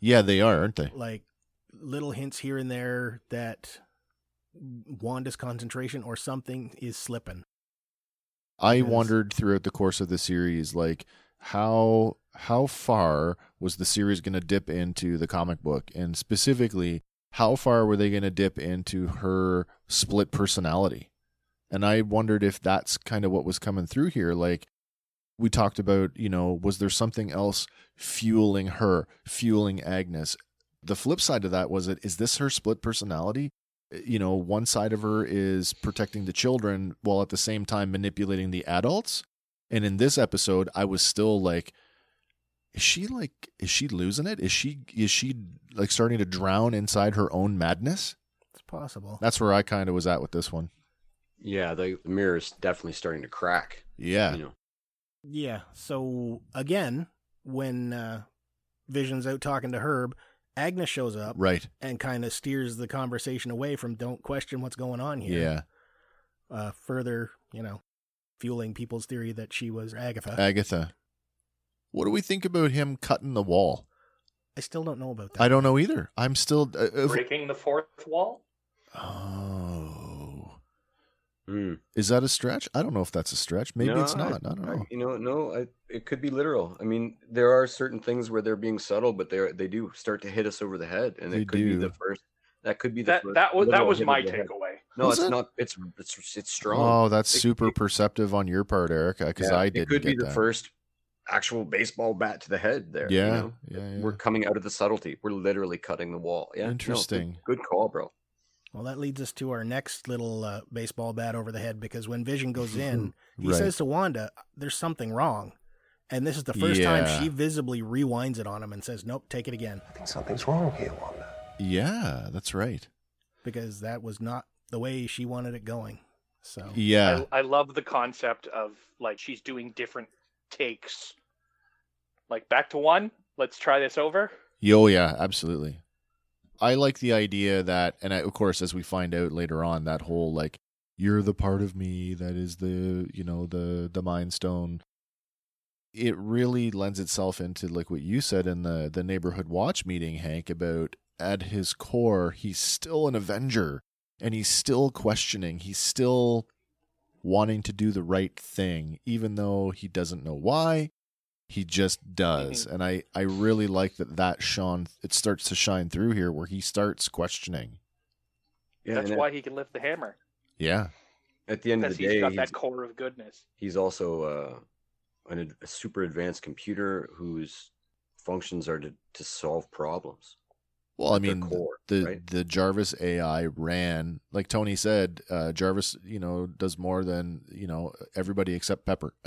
B: Yeah, they are, aren't they?
C: Like little hints here and there that Wanda's concentration or something is slipping.
B: I
C: Because-
B: wondered throughout the course of the series, like how how far was the series going to dip into the comic book, and specifically, how far were they going to dip into her split personality? And I wondered if that's kind of what was coming through here. Like we talked about, you know, was there something else fueling her, fueling Agnes? The flip side of that was it is this her split personality? you know, one side of her is protecting the children while at the same time manipulating the adults. And in this episode, I was still like, is she like, is she losing it? Is she, is she like starting to drown inside her own madness?
C: It's possible.
B: That's where I kind of was at with this one.
E: yeah, the, the mirror is definitely starting to crack.
B: Yeah.
E: You know,
C: Yeah. So again, when uh, Vision's out talking to Herb, Agnes shows up
B: Right.
C: and kind of steers the conversation away from "Don't question what's going on here."
B: Yeah.
C: Uh, further, you know, fueling people's theory that she was Agatha.
B: Agatha. What do we think about him cutting the wall?
C: I still don't know about that.
B: I don't know either. I'm still. Uh,
E: (laughs)
B: uh,
D: Breaking the fourth wall?
B: oh.
E: Hmm.
B: Is that a stretch? I don't know if that's a stretch. Maybe
E: No,
B: it's not. I, don't know.
E: you know, no, I, it could be literal. I mean, there are certain things where they're being subtle, but they are they do start to hit us over the head, and
B: They
E: it could be
B: do.
E: the first. That could be the
D: That
E: first
D: that was that
E: literal
D: was
E: hit
D: my
E: over the head.
D: takeaway.
E: No,
B: Was
E: it's
B: it?
E: not. It's it's it's strong.
B: Oh, that's
E: It-
B: super
E: it-
B: perceptive on your part, Erica, because
E: yeah,
B: I didn't
E: It could
B: get
E: be the
B: that.
E: first actual baseball bat to the head. There. you
B: yeah,
E: know?
B: yeah, yeah.
E: We're coming out of the subtlety. We're literally cutting the wall. Yeah. no, good-
B: Interesting.
E: good, call, bro.
C: Well, that leads us to our next little uh,
B: (laughs)
C: baseball bat over the head because when Vision goes in, he
B: Right.
C: says to Wanda, "There's something wrong," And this is the first
B: Yeah.
C: time she visibly rewinds it on him and says, "Nope, take it again,"
G: I think something's wrong here, Wanda.
B: Yeah, that's right.
C: because that was not the way she wanted it going.
E: Um,
C: So
B: Yeah.
D: I, I love the concept of like she's doing different takes. Like back to one, let's try this over.
B: Yo, yeah, absolutely. I like the idea that, and I, of course, as we find out later on, that whole like, you're the part of me that is the, you know, the the Mind Stone. It really lends itself into like what you said in the the neighborhood watch meeting, Hank, about at his core, he's still an Avenger, and he's still questioning, he's still wanting to do the right thing, even though he doesn't know why he just does and i i really like that that sean it starts to shine through here where he starts questioning
E: Yeah,
D: That's
E: and
D: why
E: at,
D: he can lift the hammer
B: yeah
E: at the end of
D: because
E: the
D: he's
E: day,
D: got
E: he's,
D: that core of goodness.
E: he's also uh, an, ad- a super advanced computer whose functions are to, to solve problems.
B: well i
E: Their
B: mean
E: core,
B: the (laughs)
E: right?
B: the jarvis ai ran like tony said uh jarvis you know does more than you know everybody except pepper (laughs)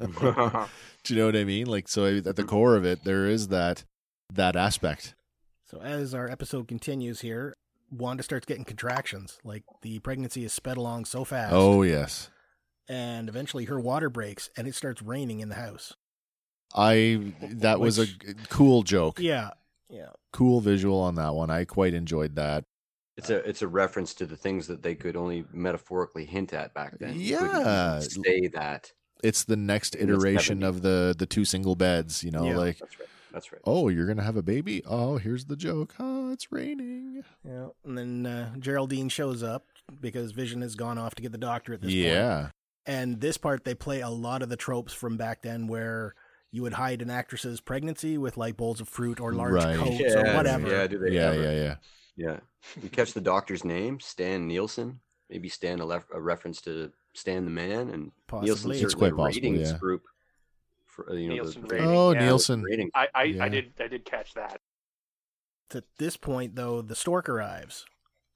E: Mm-hmm. (laughs)
B: do you know what i mean like so at the core of it there is that that aspect
C: So as our episode continues here, Wanda starts getting contractions. Like the pregnancy is sped along so fast.
B: oh yes
C: And eventually her water breaks and it starts raining in the house.
B: i that was a g- cool joke
C: Yeah. Yeah.
B: cool visual on that one i quite enjoyed that
E: It's a it's a reference to the things that they could only metaphorically hint at back then. You couldn't even
B: Yeah.
E: say that.
B: it's the next
E: the
B: iteration
E: 70s.
B: of the the two single beds you know
C: Yeah.
B: like
E: That's right. That's right.
B: oh you're gonna have a baby oh here's the joke oh it's raining
C: Yeah. And then uh, Geraldine shows up because Vision has gone off to get the doctor at this point.
B: yeah
C: And this part they play a lot of the tropes from back then where you would hide an actress's pregnancy with like bowls of fruit or large
B: Right.
C: coats
E: Yeah,
C: or whatever.
E: Yeah, do they
B: yeah
E: ever.
B: yeah yeah
E: Yeah. You catch the doctor's name, Stan Nielsen. Maybe Stan a, lef- a reference to Stan the Man and
C: Possibly.
E: Nielsen's
C: It's
B: quite possible,
E: ratings
B: yeah.
E: group. For, uh, you know,
D: Nielsen
E: the,
D: rating,
B: oh
D: yeah.
B: nielsen
E: rating.
D: I I,
B: Yeah.
D: I did I did catch that.
C: At this point though, the stork arrives.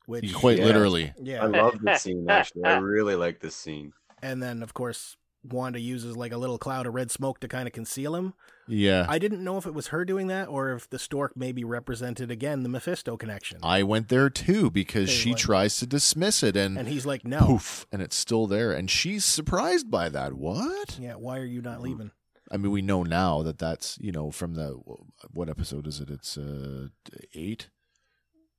C: Which
B: quite
E: Yeah.
B: literally
C: yeah.
E: I love this scene actually. I really like this scene.
C: and then of course Wanda uses like a little cloud of red smoke to kind of conceal him.
B: yeah
C: I didn't know if it was her doing that or if the stork maybe represented again the Mephisto connection.
B: i went there too because
C: They
B: she
C: like-
B: tries to dismiss it and,
C: and he's like, "No,
B: poof and it's still there and she's surprised by that what
C: yeah, why are you not
B: Mm-hmm.
C: leaving?"
B: i mean we know now that that's you know from the what episode is it it's uh eight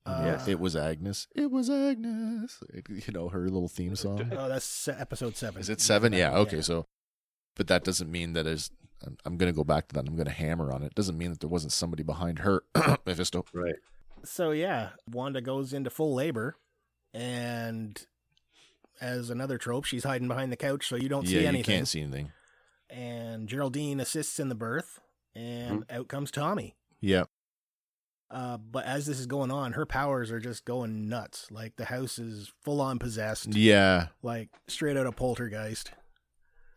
C: Uh,
E: Yes.
B: it was agnes it was agnes you know her little theme song
C: Oh, that's se- episode seven.
B: Is it seven? Yeah. Okay. So, but that doesn't mean that is. I'm, I'm going to go back to that. and I'm going to hammer on it. Doesn't mean that there wasn't somebody behind her, (coughs) Mephisto.
E: Right.
C: So yeah, Wanda goes into full labor, and as another trope, she's hiding behind the couch so you don't see
B: yeah,
C: anything.
B: you can't see anything.
C: And Geraldine assists in the birth, and
B: Mm-hmm.
C: out comes Tommy.
B: Yeah.
C: Uh, but as this is going on, her powers are just going nuts. Like the house is full on possessed,
B: Yeah.
C: like straight out of poltergeist.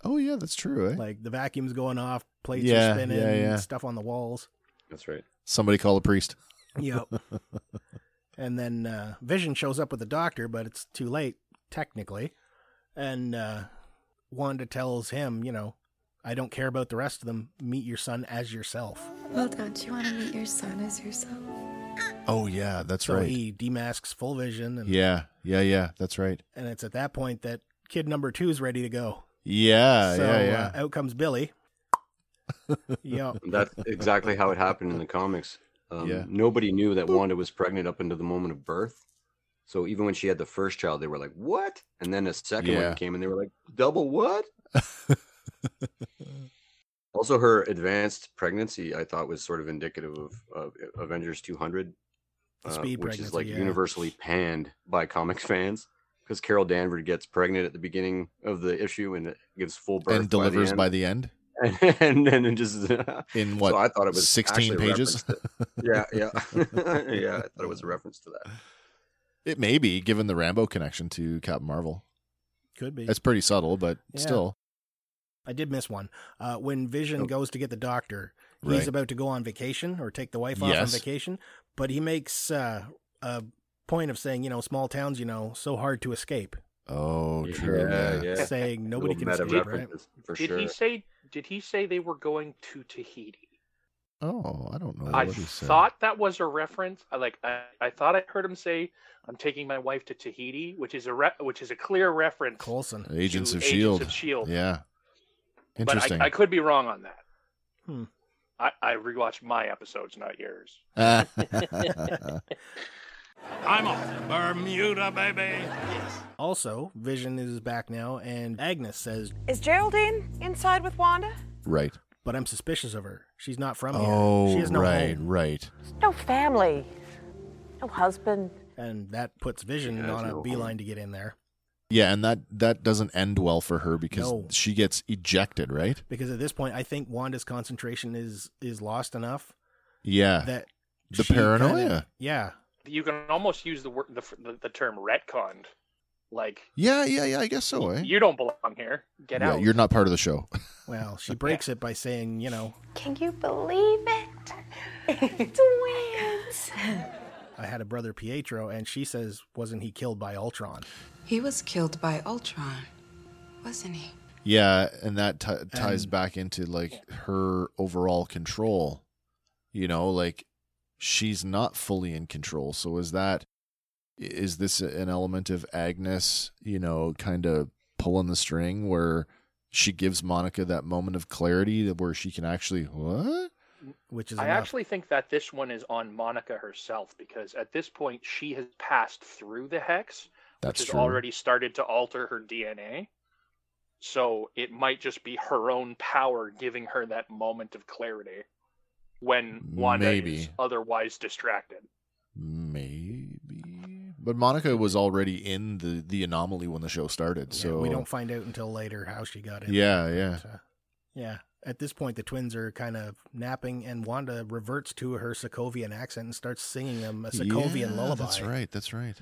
B: Oh yeah, that's true. Eh?
C: Like the vacuum's going off, plates
B: Yeah,
C: are spinning,
B: yeah, yeah.
C: stuff on the
B: (laughs)
C: walls.
E: That's right.
B: somebody call a priest.
C: Yep. and then uh, Vision shows up with the doctor, but it's too late technically. And uh, Wanda tells him, you know, I don't care about the rest of them. Meet your son as yourself.
L: Well, don't you want to meet your son as yourself?
B: Oh yeah, that's
C: so
B: right.
C: he demasks Full Vision, and
B: Yeah. Yeah. Yeah. That's right.
C: and it's at that point that kid number two is ready to go.
B: Yeah.
C: so
B: yeah. Yeah.
C: Uh, out
B: (laughs)
C: comes Billy. yep.
E: That's exactly how it happened in the comics. Um,
B: Yeah.
E: Nobody knew that Wanda was pregnant up until the moment of birth. So even when she had the first child, they were like, "What?" And then a second
B: Yeah.
E: one came, and they were like,
B: (laughs)
E: "Double what?" also, her advanced pregnancy, I thought, was sort of indicative of, of Avengers 200,
C: The speed
E: which is
C: pregnancy,
E: like
C: yeah.
E: universally panned by comics fans because Carol Danvers gets pregnant at the beginning of the issue and it gives full birth
B: and delivers
E: by
B: by
E: the
B: the end
E: end, (laughs) and then it just (laughs)
B: in what?
E: so I thought it was
B: 16
E: actually a
B: pages? (laughs)
E: reference to- yeah, (laughs) yeah, yeah. I thought it was a reference to that.
B: It may be given the Rambo connection to Captain Marvel.
C: Could be.
B: That's pretty subtle, but
C: Yeah.
B: still.
C: I did miss one. Uh, when Vision
E: Oh.
C: goes to get the doctor, he's
B: Right.
C: about to go on vacation or take the wife off
B: Yes.
C: on vacation, but he makes uh, a point of saying, you know, small towns, you know, so hard to escape,
B: Oh, true. Yeah.
E: yeah.
C: saying nobody
E: Little (laughs) meta
C: can escape, right?
E: references, for
D: did
E: sure.
D: he say Did he say they were going to Tahiti?
B: Oh, I don't know
D: I
B: what he said.
D: thought that was a reference. I like. I, I thought I heard him say, "I'm taking my wife to Tahiti," which is a re- which is a clear reference.
C: Colson.
B: Agents
D: to
B: of
D: Agents
B: Shield.
D: of S.H.I.E.L.D..
B: E Yeah.
D: But
B: Interesting.
D: I, I could be wrong on that.
C: Hmm.
D: I, I rewatched my episodes, not yours.
K: I'm off. Bermuda, baby.
C: Also, Vision is back now, and Agnes says,
F: Is Geraldine inside with Wanda?
B: (laughs) right.
C: "But I'm suspicious of her. She's not from
B: Oh,
C: here. She has no
B: right,
C: home."
B: right.
F: No family. No husband.
C: And that puts Vision
E: She has
C: on a
E: no home.
C: beeline to get in there
B: Yeah, and that that doesn't end well for her because
C: No.
B: she gets ejected, right?
C: because at this point, I think Wanda's concentration is is lost enough
B: Yeah.
C: that
B: The
C: she kinda-
B: paranoia.
C: yeah,
D: You can almost use the word the, f- the the term retconned. Like
B: yeah, yeah, yeah, I guess so, eh?
D: you don't belong here. Get
B: yeah,
D: out.
B: you're not part of the show. (laughs)
C: Well, she breaks it by saying, you know,
I: Can you believe it? (laughs)
L: (laughs)
I: Twins.
C: I had a brother Pietro, and she says, wasn't he killed by Ultron?
M: He was killed by Ultron, wasn't he?
B: Yeah, and that t- ties
C: And-
B: back into like her overall control. You know, like she's not fully in control. So is that is this an element of Agnes, you know, kind of pulling the string where she gives Monica that moment of clarity that where she can actually what?
C: Which is
D: I
C: enough.
D: actually think that this one is on Monica herself because at this point she has passed through the hex,
B: That's
D: which has
B: true.
D: already started to alter her DNA. So it might just be her own power giving her that moment of clarity when Wanda is
B: Maybe. (laughs)
D: otherwise distracted.
B: Maybe. But Monica was already in the the anomaly when the show started.
C: Yeah,
B: so
C: we don't find out until later how she got in.
B: Yeah,
C: there,
B: yeah.
C: but, uh, yeah. At this point, the twins are kind of napping, and Wanda reverts to her Sokovian accent and starts singing them a Sokovian
B: Yeah,
C: lullaby.
B: That's right. That's right.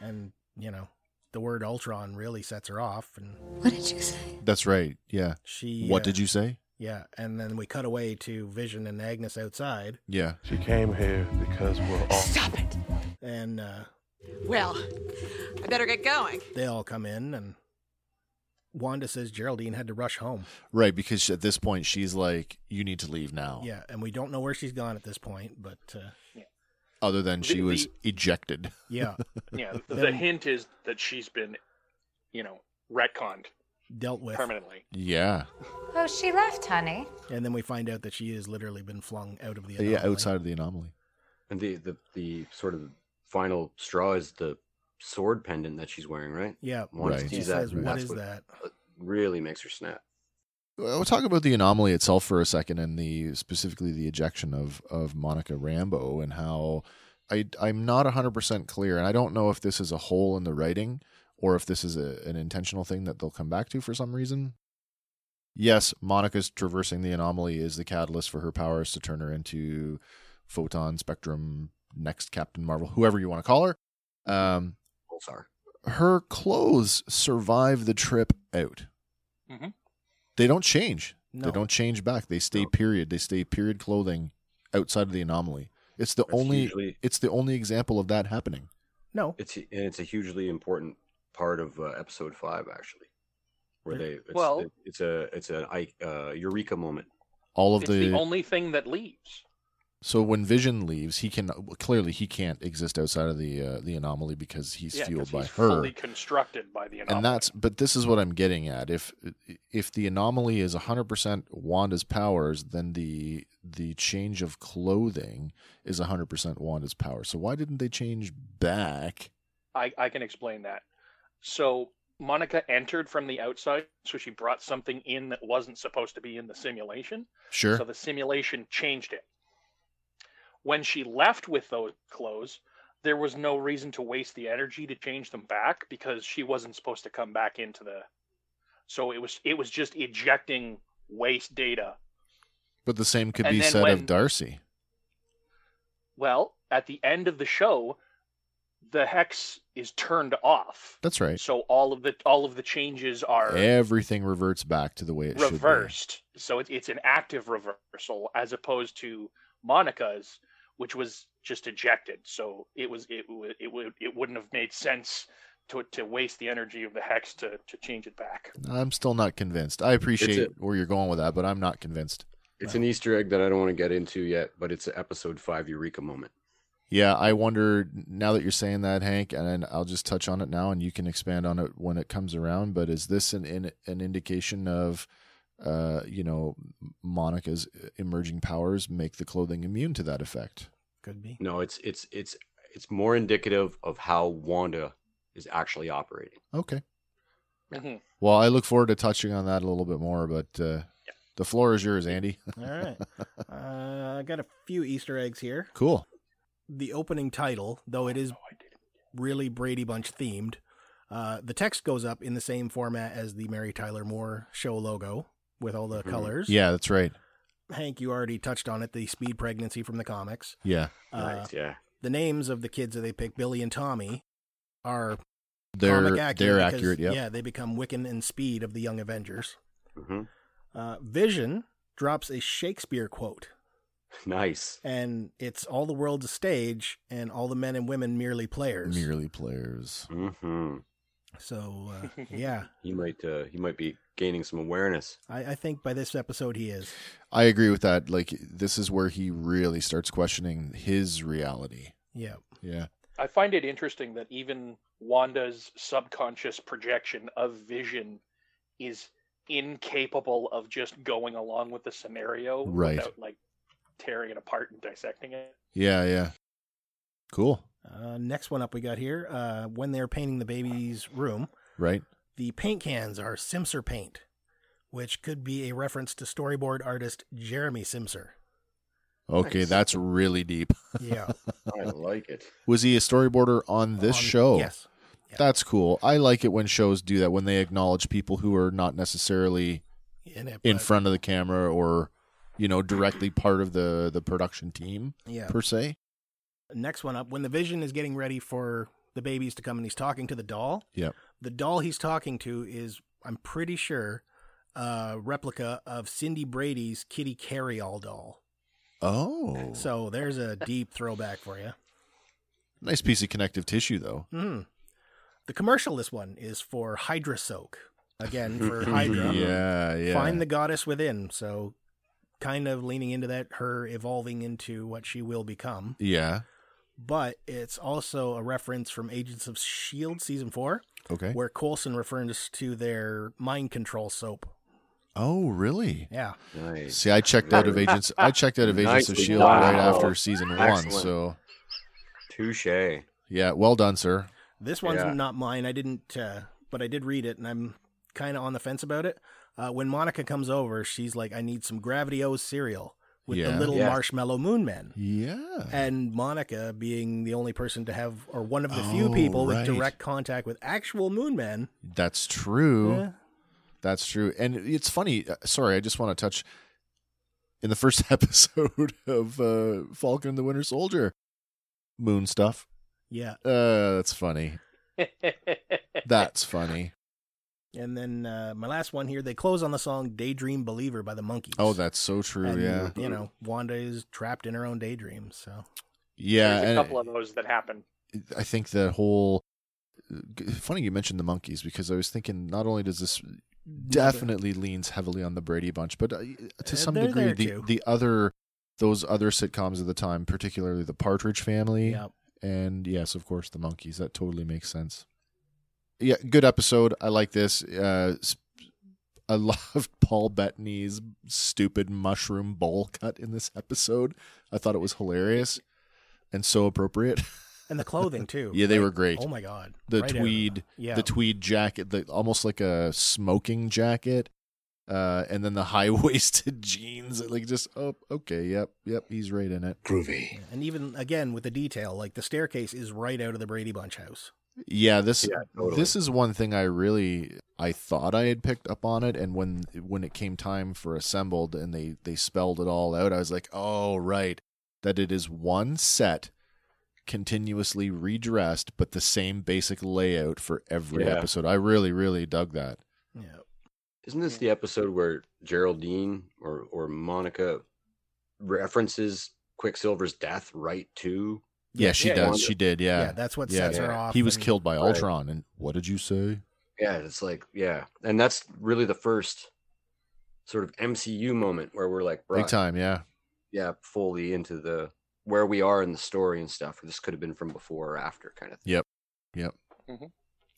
C: And you know, the word Ultron really sets her off, and
I: What did you say?
B: That's right. Yeah.
C: she.
B: What
C: uh,
B: did you say?
C: Yeah, and then we cut away to Vision and Agnes outside,
B: Yeah.
G: She came here because we're all.
M: Stop it!
C: and uh,
M: Well, I better get going.
C: they all come in, and Wanda says Geraldine had to rush home.
B: Right, because she- at this point she's like, "You need to leave now."
C: Yeah, and we don't know where she's gone at this point, but uh,
B: Other than she
D: The-
B: was
D: the-
B: ejected. (laughs)
C: yeah,
D: Yeah, the
C: Then-
D: hint is that she's been, you know, retconned
C: dealt with.
D: permanently.
B: Yeah.
I: Oh, she left, honey.
C: And then we find out that she has literally been flung out of the
B: Yeah.
C: anomaly.
B: Outside of the anomaly.
E: And the, the the sort of final straw is the sword pendant that she's wearing, right?
C: Yeah,
E: Wants
B: Right.
E: to
C: She
E: use that,
C: says, "What
E: that's
C: is that?"
E: Really makes her snap.
B: Well, We'll talk about the anomaly itself for a second, and the specifically the ejection of of Monica Rambo and how I I'm not hundred percent clear, and I don't know if this is a hole in the writing or if this is a, an intentional thing that they'll come back to for some reason. Yes, Monica's traversing the anomaly is the catalyst for her powers to turn her into photon spectrum next Captain Marvel, whoever you want to call her. Um,
E: Pulsar.
B: her clothes survive the trip out.
D: Mhm.
B: They don't change.
C: No.
B: They don't change back. They stay
E: No.
B: period. They stay period clothing outside of the anomaly. It's the
E: That's
B: only.
E: hugely-
B: It's the only example of that happening. (laughs)
C: No,
E: It's and it's a hugely important part of uh, episode five, actually, where they it's,
D: Well-
E: it- it's a it's an I- uh, eureka moment.
B: All of
D: It's the only thing that leaves.
B: So when Vision leaves, he can clearly he can't exist outside of the uh, the anomaly because he's
D: yeah, 'cause
B: fueled by
D: he's
B: her.
D: fully constructed by the anomaly.
B: and that's but this is what i'm getting at if if the anomaly is 100% wanda's powers then the the change of clothing is 100% wanda's power so why didn't they change back
D: I, I can explain that. So Monica entered from the outside, so she brought something in that wasn't supposed to be in the simulation.
B: sure
D: So the simulation changed it. When she left with those clothes, there was no reason to waste the energy to change them back because she wasn't supposed to come back into the so it was it was just ejecting waste data.
B: but the same could
D: and
B: be
D: then
B: said
D: when-
B: of darcy
D: Well, at the end of the show, the hex is turned off.
B: that's right
D: So all of the all of the changes are
B: everything reverts back to the way it should be
D: reversed. So it, it's an active reversal as opposed to Monica's, which was just ejected. So it was it would it would it wouldn't have made sense to to waste the energy of the hex to to change it back.
B: I'm still not convinced. I appreciate where you're going with that, but I'm not convinced.
E: It's an Easter egg that I don't want to get into yet, but it's an episode five Eureka moment.
B: Yeah, I wonder now that you're saying that, Hank, and I'll just touch on it now, and you can expand on it when it comes around. But is this an an, an indication of, uh, you know, Monica's emerging powers make the clothing immune to that effect?
C: Could be.
E: No, it's it's it's it's more indicative of how Wanda is actually operating.
B: Okay.
D: Mm-hmm.
B: Well, I look forward to touching on that a little bit more, but uh, the floor is yours, Andy. (laughs)
C: All right. uh, I got a few Easter eggs here.
B: cool.
C: The opening title, though it is really Brady Bunch themed, uh, the text goes up in the same format as the Mary Tyler Moore show logo with all the colors.
B: Mm-hmm. Yeah, that's right.
C: Hank, you already touched on it the speed pregnancy from the comics. Uh,
B: Yeah.
C: Uh-huh.
E: Right, yeah.
C: The names of the kids that they pick, Billy and Tommy, are
B: They're-
C: comic accurate.
B: they're
C: because,
B: accurate, yep.
C: Yeah, they become Wiccan and Speed of the Young Avengers.
E: Mm-hmm.
C: Uh, Vision drops a Shakespeare quote,
E: (laughs) Nice.
C: and it's all the world's a stage, and all the men and women merely players.
B: Merely players.
E: Mm-hmm.
C: So, uh, yeah,
E: He might uh, he might be gaining some awareness.
C: I, I think by this episode he is.
B: I agree with that. Like this is where he really starts questioning his reality.
C: Yeah.
B: Yeah.
D: I find it interesting that even Wanda's subconscious projection of vision is incapable of just going along with the scenario
B: Right.
D: without like tearing it apart and dissecting it.
B: Yeah, yeah. Cool.
C: Uh, next one up we got here. Uh, when they're painting the baby's room,
B: Right?
C: the paint cans are Simser paint, which could be a reference to storyboard artist Jeremy
B: (laughs)
C: Simser.
B: Okay,
C: Nice.
B: that's really deep.
C: Yeah.
E: I like it.
B: Was he a storyboarder on this
C: On-
B: show?
C: Yes.
B: That's cool. I like it when shows do that when they acknowledge people who are not necessarily
C: In it,
B: in
C: but-
B: front of the camera or you know directly part of the the production team
C: Yeah.
B: per se.
C: Next one up, when the vision is getting ready for the babies to come and he's talking to the doll,
B: Yep.
C: the doll he's talking to is, I'm pretty sure, a replica of Cindy Brady's Kitty Carryall doll.
B: Oh.
C: So there's a deep throwback for you.
B: Nice piece of connective tissue though.
C: Mm. The commercial this one is for Hydra Soak.
B: (laughs)
C: Again, for Hydra.
B: yeah, yeah.
C: Find the goddess within. So kind of leaning into that, her evolving into what she will become.
B: Yeah.
C: But it's also a reference from Agents of S.H.I.E.L.D. E Season 4,
B: Okay.
C: where Coulson refers to their mind control soap.
B: Oh, really?
C: Yeah.
E: Nice.
B: See, I checked out of Agents. I checked out of Agents of
E: Nicely
B: Shield
E: done.
B: right
E: Wow.
B: after season one.
E: Excellent.
B: So
E: Touche.
B: yeah, well done, sir.
C: This one's
E: Yeah.
C: not mine. I didn't, uh, but I did read it, and I'm kind of on the fence about it. Uh, when Monica comes over, she's like, "I need some Gravity O's cereal with
B: Yeah.
C: the little
E: Yes.
C: marshmallow moon men."
B: Yeah.
C: And Monica, being the only person to have, or one of the few people
B: Oh, right.
C: with direct contact with actual moon men,
B: That's true.
C: eh,
B: That's true. And it's funny. uh, Sorry, I just want to touch in the first (laughs) episode of uh, Falcon and the Winter Soldier, moon stuff.
C: yeah.
B: Uh, that's funny.
D: (laughs)
B: That's funny.
C: And then uh, my last one here, they close on the song "Daydream Believer" by the Monkees.
B: Oh, that's so true.
C: And,
B: yeah.
C: You know, Wanda is trapped in her own daydream, so
B: Yeah.
D: There's a
B: and-
D: couple of those that happen.
B: I think the whole g- funny you mentioned the monkeys because I was thinking not only does this definitely leans heavily on the Brady Bunch, but uh, to
C: Uh,
B: some
C: they're
B: degree
C: there
B: the
C: too.
B: the other those other sitcoms of the time, particularly the Partridge Family,
C: yeah.
B: and yes, of course the monkeys. That totally makes sense. Yeah, good episode. I like this. Uh, s- I (laughs) loved Paul Bettany's stupid mushroom bowl cut in this episode. I thought it was hilarious and so appropriate.
C: And the clothing too.
B: Yeah, they were great.
C: Oh my god.
B: the
C: Right out of
B: tweed
C: Yeah.
B: the tweed jacket the almost like a smoking jacket uh and then the (laughs) high-waisted jeans like just oh okay yep yep he's right in it
K: Groovy.
C: And even again with the detail, like the staircase is right out of the Brady Bunch house.
B: yeah this
E: Yeah, totally.
B: this is one thing i really i thought i had picked up on it and when when it came time for assembled and they they spelled it all out i was like oh right that it is one set continuously redressed but the same basic layout for every
E: Yeah.
B: episode i really really dug that
C: Yeah.
E: Isn't this the episode where Geraldine or or Monica references Quicksilver's death right to
B: Yeah, she
E: Yeah,
B: does.
E: yeah.
B: She did. Yeah.
E: Yeah, that's what
B: Yeah.
E: sets her off
B: He was
E: and-
B: killed by
E: Right.
B: Ultron. And what did you say?
E: Yeah, it's like yeah, and that's really the first sort of MCU moment where we're like
B: Big
E: brought,
B: time. Yeah.
E: yeah, fully into the where we are in the story and stuff. This could have been from before or after kind of thing.
B: Yep. Yep.
D: Mhm.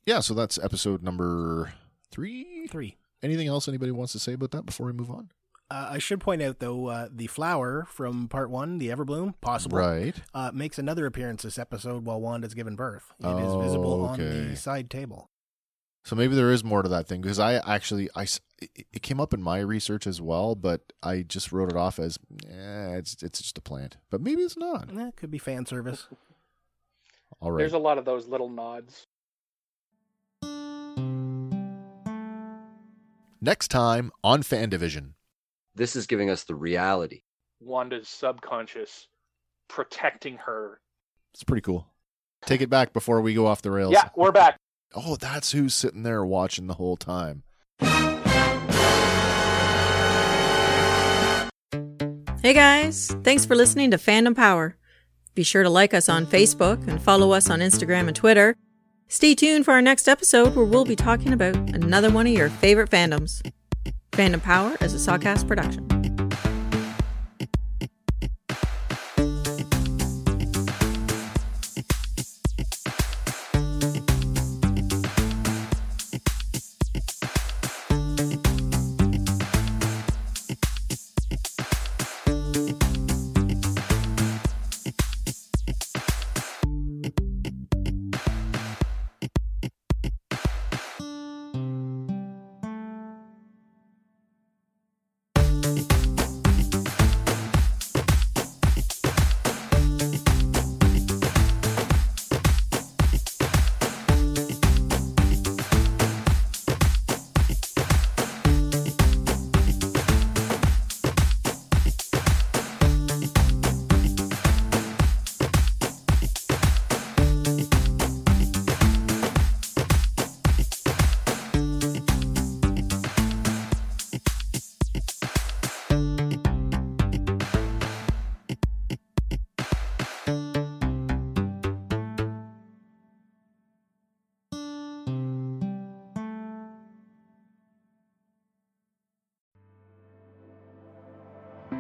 B: Yeah. So that's episode number three.
C: Three.
B: Anything else anybody wants to say about that before we move on?
C: Uh, I should point out though, uh, the flower from part one, the Everbloom, possible,
B: Right.
C: uh, makes another appearance this episode while Wanda's giving birth. It is visible
B: Oh,
C: on
B: okay.
C: the side table.
B: So maybe there is more to that thing because I actually I s- it it came up in my research as well, but I just wrote it off as eh, it's it's just a plant. But maybe it's not.
C: Eh, could be fan service.
B: All right.
D: There's a lot of those little nods.
B: Next time on Fan Division.
E: This is giving us the reality.
D: Wanda's subconscious protecting her.
B: It's pretty cool. Take it back before we go off the rails.
D: Yeah, we're back.
B: Oh, that's who's sitting there watching the whole time.
A: Hey guys, thanks for listening to Fandom Power. Be sure to like us on Facebook and follow us on Instagram and Twitter. Stay tuned for our next episode where we'll be talking about another one of your favorite fandoms. Fandom Power is a Sawcast production.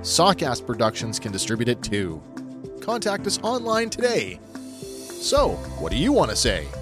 B: Sawcast Productions can distribute it too. Contact us online today. So, what do you want to say?